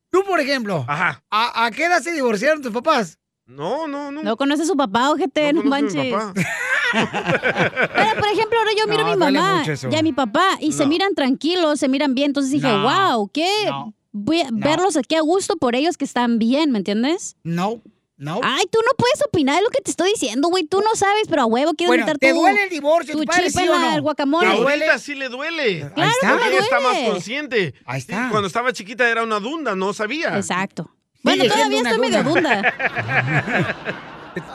Tú, por ejemplo, Ah. ¿a, a qué edad se divorciaron tus papás? No, no, no. No conoce a su papá, ojete, no, conozco a mi manches. [LAUGHS] Pero, por ejemplo, ahora yo miro No, a mi duele mamá mucho eso. y a mi papá y se No. miran tranquilos, se miran bien. Entonces dije, No, wow, qué voy a verlos aquí a gusto por ellos que están bien, ¿me entiendes? No, no. Ay, tú no puedes opinar de lo que te estoy diciendo, güey. Tú no sabes, pero a huevo quieres Bueno, meter ¿te tu- duele el divorcio, Tu tu padre, chip sí en o la- no? el guacamole. Ahorita sí le duele. Claro que Porque me ella está más duele. consciente. Ahí está. cuando estaba chiquita era una dunda, no sabía. Exacto. Bueno, todavía estoy medio [LAUGHS] dunda.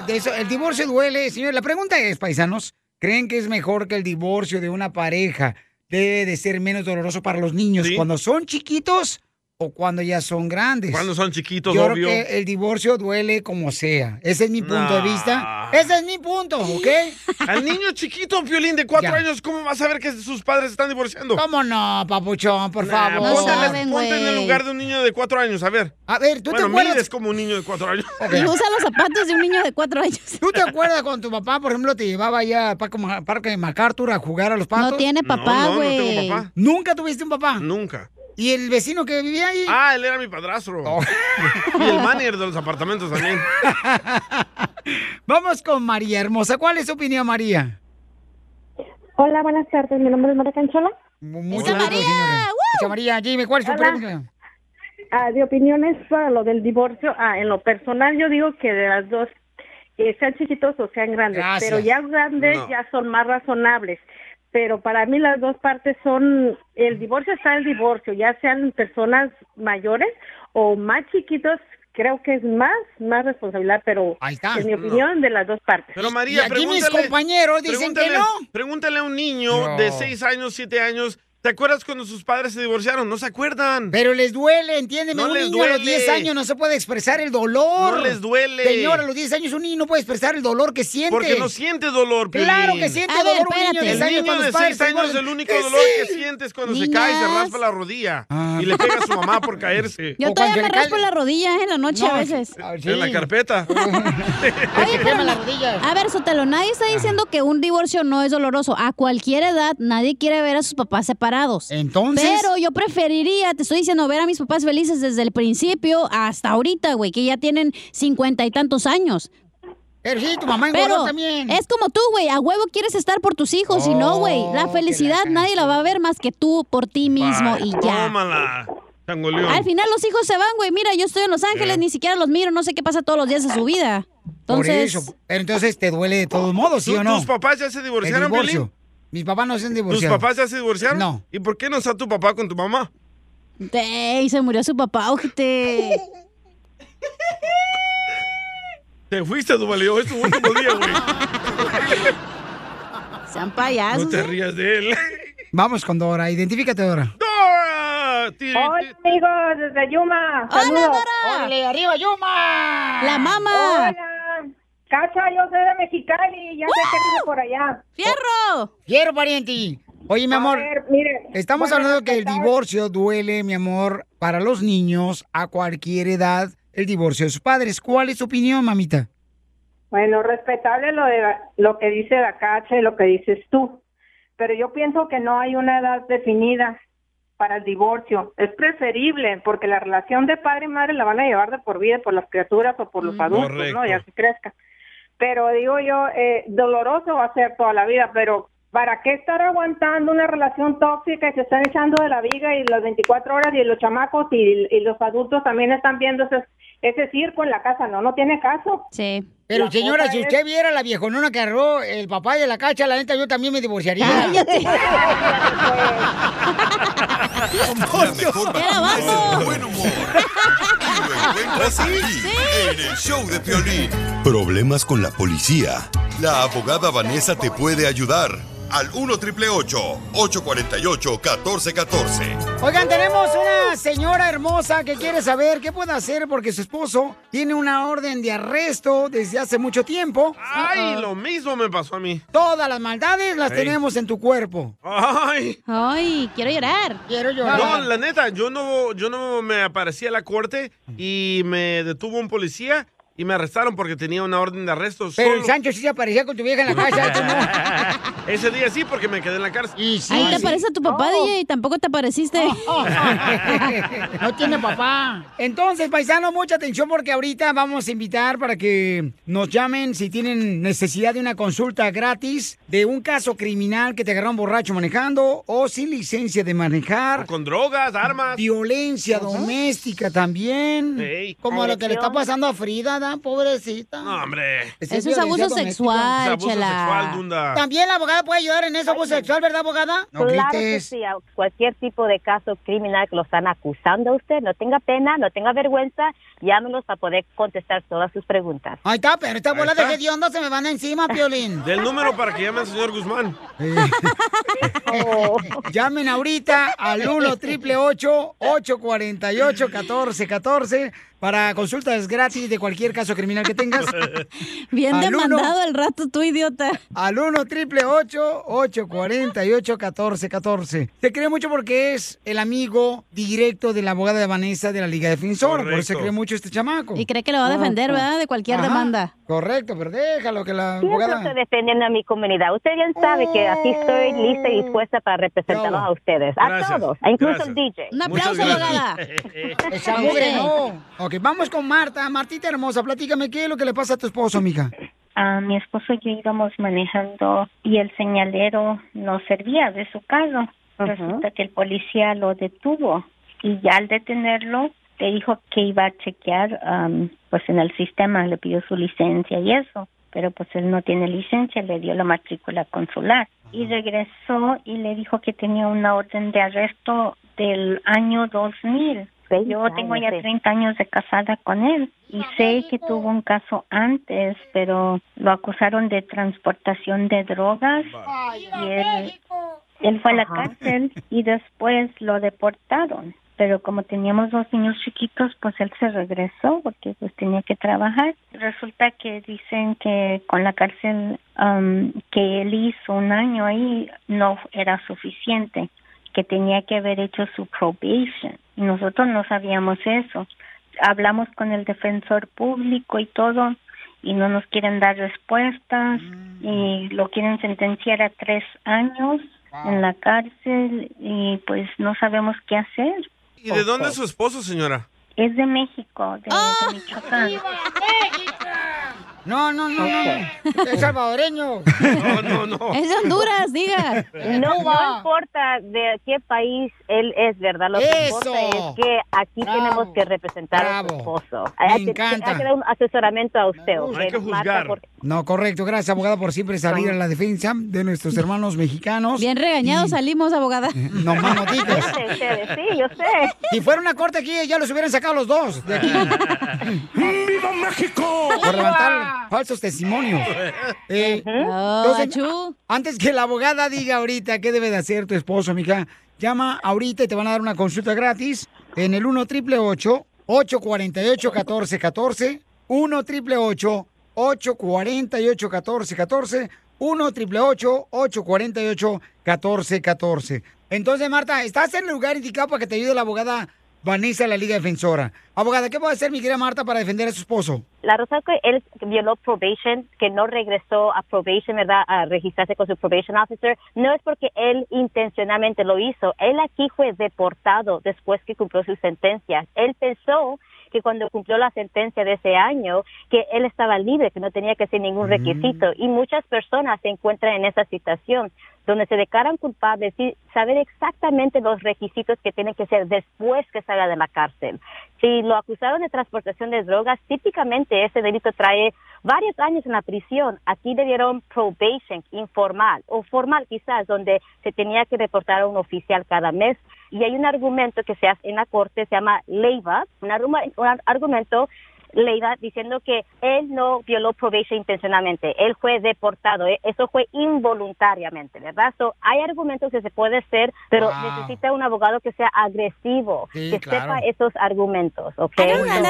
De eso, el divorcio duele, señor. La pregunta es, paisanos, ¿creen que es mejor que el divorcio de una pareja debe de ser menos doloroso para los niños cuando son chiquitos o cuando ya son grandes? Cuando son chiquitos, Yo creo obvio. que el divorcio duele como sea. Ese es mi punto de vista. Ese es mi punto, ¿ok? Al niño chiquito, Piolín, de cuatro años, ¿cómo vas a ver que sus padres se están divorciando? ¿Cómo no, papuchón? Por Nah, favor. ponte, ponte en el lugar de un niño de cuatro años, a ver. A ver, ¿tú te bueno, acuerdas? mides como un niño de cuatro años. Y usa los zapatos de un niño de cuatro años. ¿Tú te acuerdas cuando tu papá, por ejemplo, te llevaba ya al Parque Ma- Parque MacArthur a jugar a los patos? tiene papá, No, no, no tengo güey. papá. ¿Nunca tuviste un papá? Nunca. ¿Y el vecino que vivía ahí? Ah, él [LAUGHS] era mi padrastro. Oh. y el manager de los apartamentos también. [LAUGHS] Vamos con María Hermosa. ¿Cuál es su opinión, María? Hola, buenas tardes. Mi nombre es María Canchola. Muchas María! María, dime, ¿cuál es su Hola. pregunta? Ah, de opiniones para lo del divorcio. Ah, en lo personal yo digo que de las dos, eh, sean chiquitos o sean grandes, Gracias. pero ya grandes No. ya son más razonables. Pero para mí las dos partes son, el divorcio está el divorcio, ya sean personas mayores o más chiquitos, creo que es más, más responsabilidad, pero está. en mi No. opinión de las dos partes. Pero María, pregúntale- pregúntale- Pregúntale a un niño No. de 6 años, 7 años. ¿Te acuerdas cuando sus padres se divorciaron? No se acuerdan. Pero les duele, entiéndeme. No un les niño a los duele. 10 años no se puede expresar el dolor. No les duele. Señor, a los 10 años un niño no puede expresar el dolor que siente. Porque no siente dolor, Piolín. Claro que siente A ver, dolor un niño de espérate. 10 años. El niño cuando de los padres 6 se años, divorcian. el único ¡Que dolor que sí! siente es cuando se cae y se Niñas. raspa la rodilla. Ah. Y le pega a su mamá por caerse. Yo todavía me raspo la rodilla eh, en la noche No, a veces. Ah, En la carpeta. Oye, pero no- A ver, Sotelo, nadie está diciendo que un divorcio no es doloroso. A cualquier edad, nadie quiere ver a sus papás separados. Entonces. Pero yo preferiría, te estoy diciendo, ver a mis papás felices desde el principio hasta ahorita, güey, que ya tienen cincuenta y tantos años. Pero sí, tu mamá engordó Pero también. es como tú, güey, a huevo quieres estar por tus hijos y no, güey, Oh, la felicidad nadie la va a ver más que tú por ti mismo y ya. Tómala, changoleón. Al final los hijos se van, güey, mira, yo estoy en Los Ángeles, Yeah. ni siquiera los miro, no sé qué pasa todos los días de su vida. Entonces, Por Eh. eso. Pero entonces te duele de todos modos, ¿sí Ah, ¿Tú- o no? ¿Tus papás ya se El divorciaron, divorcio. Piolín? Mis papás no se han ¿Tus divorciado. papás ya se divorciaron? No. ¿Y por qué no está tu papá con tu mamá? Ey, se murió su papá, ojete. Te fuiste, Duvalio. Es tu último día, güey. [LAUGHS] Sean payasos. No te ¿eh? rías de él. Vamos con Dora. Identifícate, Dora. ¡Dora! Hola, amigos, desde Yuma. Saludos. ¡Órale, arriba Yuma! ¡La mama! Hola. Cacha, yo soy de Mexicali, ya sé que vive por allá. ¡Fierro! ¡Fierro, pariente! Oye, mi amor, estamos hablando que el divorcio duele, mi amor, para los niños a cualquier edad, el divorcio de sus padres. ¿Cuál es tu opinión, mamita? Bueno, respetable lo de lo que dice la Cacha y lo que dices tú, pero yo pienso que no hay una edad definida para el divorcio. Es preferible porque la relación de padre y madre la van a llevar de por vida por las criaturas o por los adultos, Correcto. ¿no? Ya se crezca. Pero digo yo, eh, doloroso va a ser toda la vida, pero ¿para qué estar aguantando una relación tóxica y se están echando de la viga y las 24 horas y los chamacos y, y los adultos también están viendo ese, ese circo en la casa? No, no tiene caso. Sí. Pero La señora, cosa si es- usted viera la viejonona que agarró el papá de la cacha, la neta, yo también me divorciaría. La mejor vacuna es el buen humor. Y lo encuentras aquí, en el show de Piolín. Problemas con la policía. La abogada Vanessa te puede ayudar. Al 1 triple 848 1414. [LAUGHS] Oigan, tenemos una señora hermosa que quiere saber qué puede hacer porque su esposo tiene una orden de arresto desde hace mucho tiempo. Ah, Ay, lo mismo me pasó a mí. Todas las maldades las Ey. Ah, tenemos en tu cuerpo. Ay. Ay, quiero llorar. Quiero No, la neta, yo no, yo no me aparecí a la corte y me detuvo un policía y me arrestaron porque tenía una orden de arresto. Pero el solo. Sancho sí se aparecía con tu vieja en la casa. [LAUGHS] eso no. Ese día sí, porque me quedé en la cárcel. Ahí te parece a tu papá, DJ, tampoco te pareciste. [LAUGHS] No tiene papá. Entonces, paisano, mucha atención porque ahorita vamos a invitar para que nos llamen si tienen necesidad de una consulta gratis de un caso criminal que te agarraron borracho manejando o sin licencia de manejar. Con drogas, armas. Violencia doméstica también. Como lo que le está pasando a Frida, ¿da? pobrecita. No, hombre. Esa es Eso es violencia abuso doméstica. sexual, Eh. Es abuso chela. sexual, Dunda. [LAUGHS] También la abogada puede ayudar en eso, abuso sexual, ¿verdad, abogada? claro que sí, a cualquier tipo de caso criminal que lo están acusando a usted, no tenga pena, no tenga vergüenza, llámenos para poder contestar todas sus preguntas. Ahí está, pero esta Ahí bola de está. hediondo se me van encima, Piolín. Del número para que llame al señor Guzmán. Oh. [LAUGHS] Llamen ahorita al 1 888 848 1414 para consultas gratis de cualquier caso criminal que tengas. [LAUGHS] Bien demandado el rato, tú idiota. Al 1 triple 848 1414 Te cree mucho porque es el amigo directo de la abogada de Vanessa de la Liga Defensora. Por eso se Correcto. cree mucho este chamaco. Y cree que lo va a defender, ¿verdad? De cualquier Ajá. demanda. Correcto, pero déjalo que la Siempre abogada. estoy defendiendo a mi comunidad. Usted bien sabe que aquí estoy lista Mm. y dispuesta para representarlos a ustedes, a Gracias, todos, a incluso gracias. el DJ. Un aplauso, Muchas gracias. [LAUGHS] Esa mugre, no. Ok, vamos con Marta. Martita hermosa, platícame qué es lo que le pasa a tu esposo, mija. a mi esposo y yo íbamos manejando y el señalero no servía de su carro. Resulta que el policía lo detuvo y ya al detenerlo le dijo que iba a chequear am, pues en el sistema, le pidió su licencia y eso, pero pues él no tiene licencia, le dio la matrícula consular y regresó y le dijo que tenía una orden de arresto del año 2000. Yo tengo ya años, eh. sí. 30 años de casada con él y sé que tuvo un caso antes, pero lo acusaron de transportación de drogas y él, él fue a la Ajá. cárcel y después lo deportaron. Pero como teníamos dos niños chiquitos, pues él se regresó porque pues tenía que trabajar. Resulta que dicen que con la cárcel am, que él hizo un año ahí no era suficiente, que tenía que haber hecho su probation. Y nosotros no sabíamos eso. Hablamos con el defensor público y todo y no nos quieren dar respuestas Mm. y lo quieren sentenciar a tres años en la cárcel y pues no sabemos qué hacer. ¿Y de dónde es su esposo, señora? Es de México, de, de Ah. Michoacán. No, no, no, no. Es salvadoreño. No, [LAUGHS] no, no. Es de Honduras, diga. No, no importa de qué país él es, ¿verdad? Lo que Eso. importa es que aquí tenemos que representar a su esposo. Hay que, encanta. hay que dar un asesoramiento a usted. ¿ok? Hay que Marta, juzgar. porque- No, correcto. Gracias, abogada, por siempre salir a la defensa de nuestros hermanos mexicanos. Bien regañados salimos, [LAUGHS] abogada. No más no digas. [LAUGHS] sí, yo sé. Si fuera una corte aquí, ya los hubieran sacado los dos de [LAUGHS] aquí. ¡Viva México! Por levantar falsos testimonios. Eh, entonces, antes que la abogada diga ahorita qué debe de hacer tu esposo, mija, llama ahorita y te van a dar una consulta gratis en el 1 triple 848 1414 1 triple 848 1414 1 triple 848 1414 Entonces, Marta, estás en el lugar indicado para que te ayude la abogada Vanessa de la Liga Defensora. Abogada, ¿qué puede hacer mi querida Marta para defender a su esposo? La razón que él violó probation, que no regresó a probation, ¿verdad? A registrarse con su probation officer, no es porque él intencionalmente lo hizo. Él aquí fue deportado después que cumplió su sentencia. Él pensó que cuando cumplió la sentencia de ese año, que él estaba libre, que no tenía que hacer ningún requisito. Y muchas personas se encuentran en esa situación donde se declaran culpables y saber exactamente los requisitos que tienen que ser después que salga de la cárcel. Si lo acusaron de transportación de drogas, típicamente ese delito trae varios años en la prisión. Aquí debieron probation informal o formal quizás, donde se tenía que reportar a un oficial cada mes. Y hay un argumento que se hace en la corte, se llama leiva, un argu- un argumento Leida diciendo que él no violó probation intencionalmente, él fue deportado, e- eso fue involuntariamente, ¿verdad? So, hay argumentos que se puede hacer, pero Wow. necesita un abogado que sea agresivo, Ah. Sí, que claro. sepa esos argumentos, ¿ok? Ah,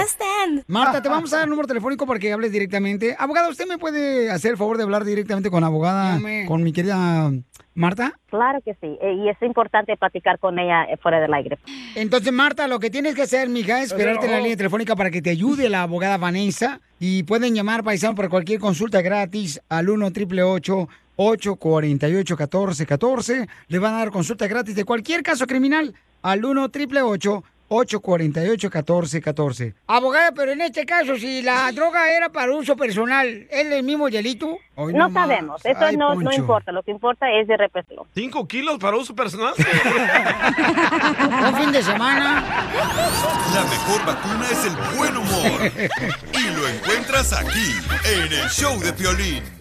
Marta, te vamos a dar el número telefónico para que hables directamente. Abogada, ¿usted me puede hacer el favor de hablar directamente con la abogada, Llame. con mi querida Marta? Claro que sí, eh, y es importante platicar con ella eh, fuera del aire. Entonces, Marta, lo que tienes que hacer, mija, es esperarte Oh. en la línea telefónica para que te ayude la abogada Vanessa. Y pueden llamar, paisano, por cualquier consulta gratis al 1 888 848 1414 Le van a dar consulta gratis de cualquier caso criminal al 1 888 848 1414 Abogada, pero en este caso, si la droga era para uso personal, ¿es el mismo delito? Hoy no nomás. sabemos, eso Ay, no, no Poncho. importa, lo que importa es de repetirlo. ¿Cinco kilos para uso personal? Un fin de semana. La mejor vacuna es el buen humor. Y lo encuentras aquí, en el show de Piolín.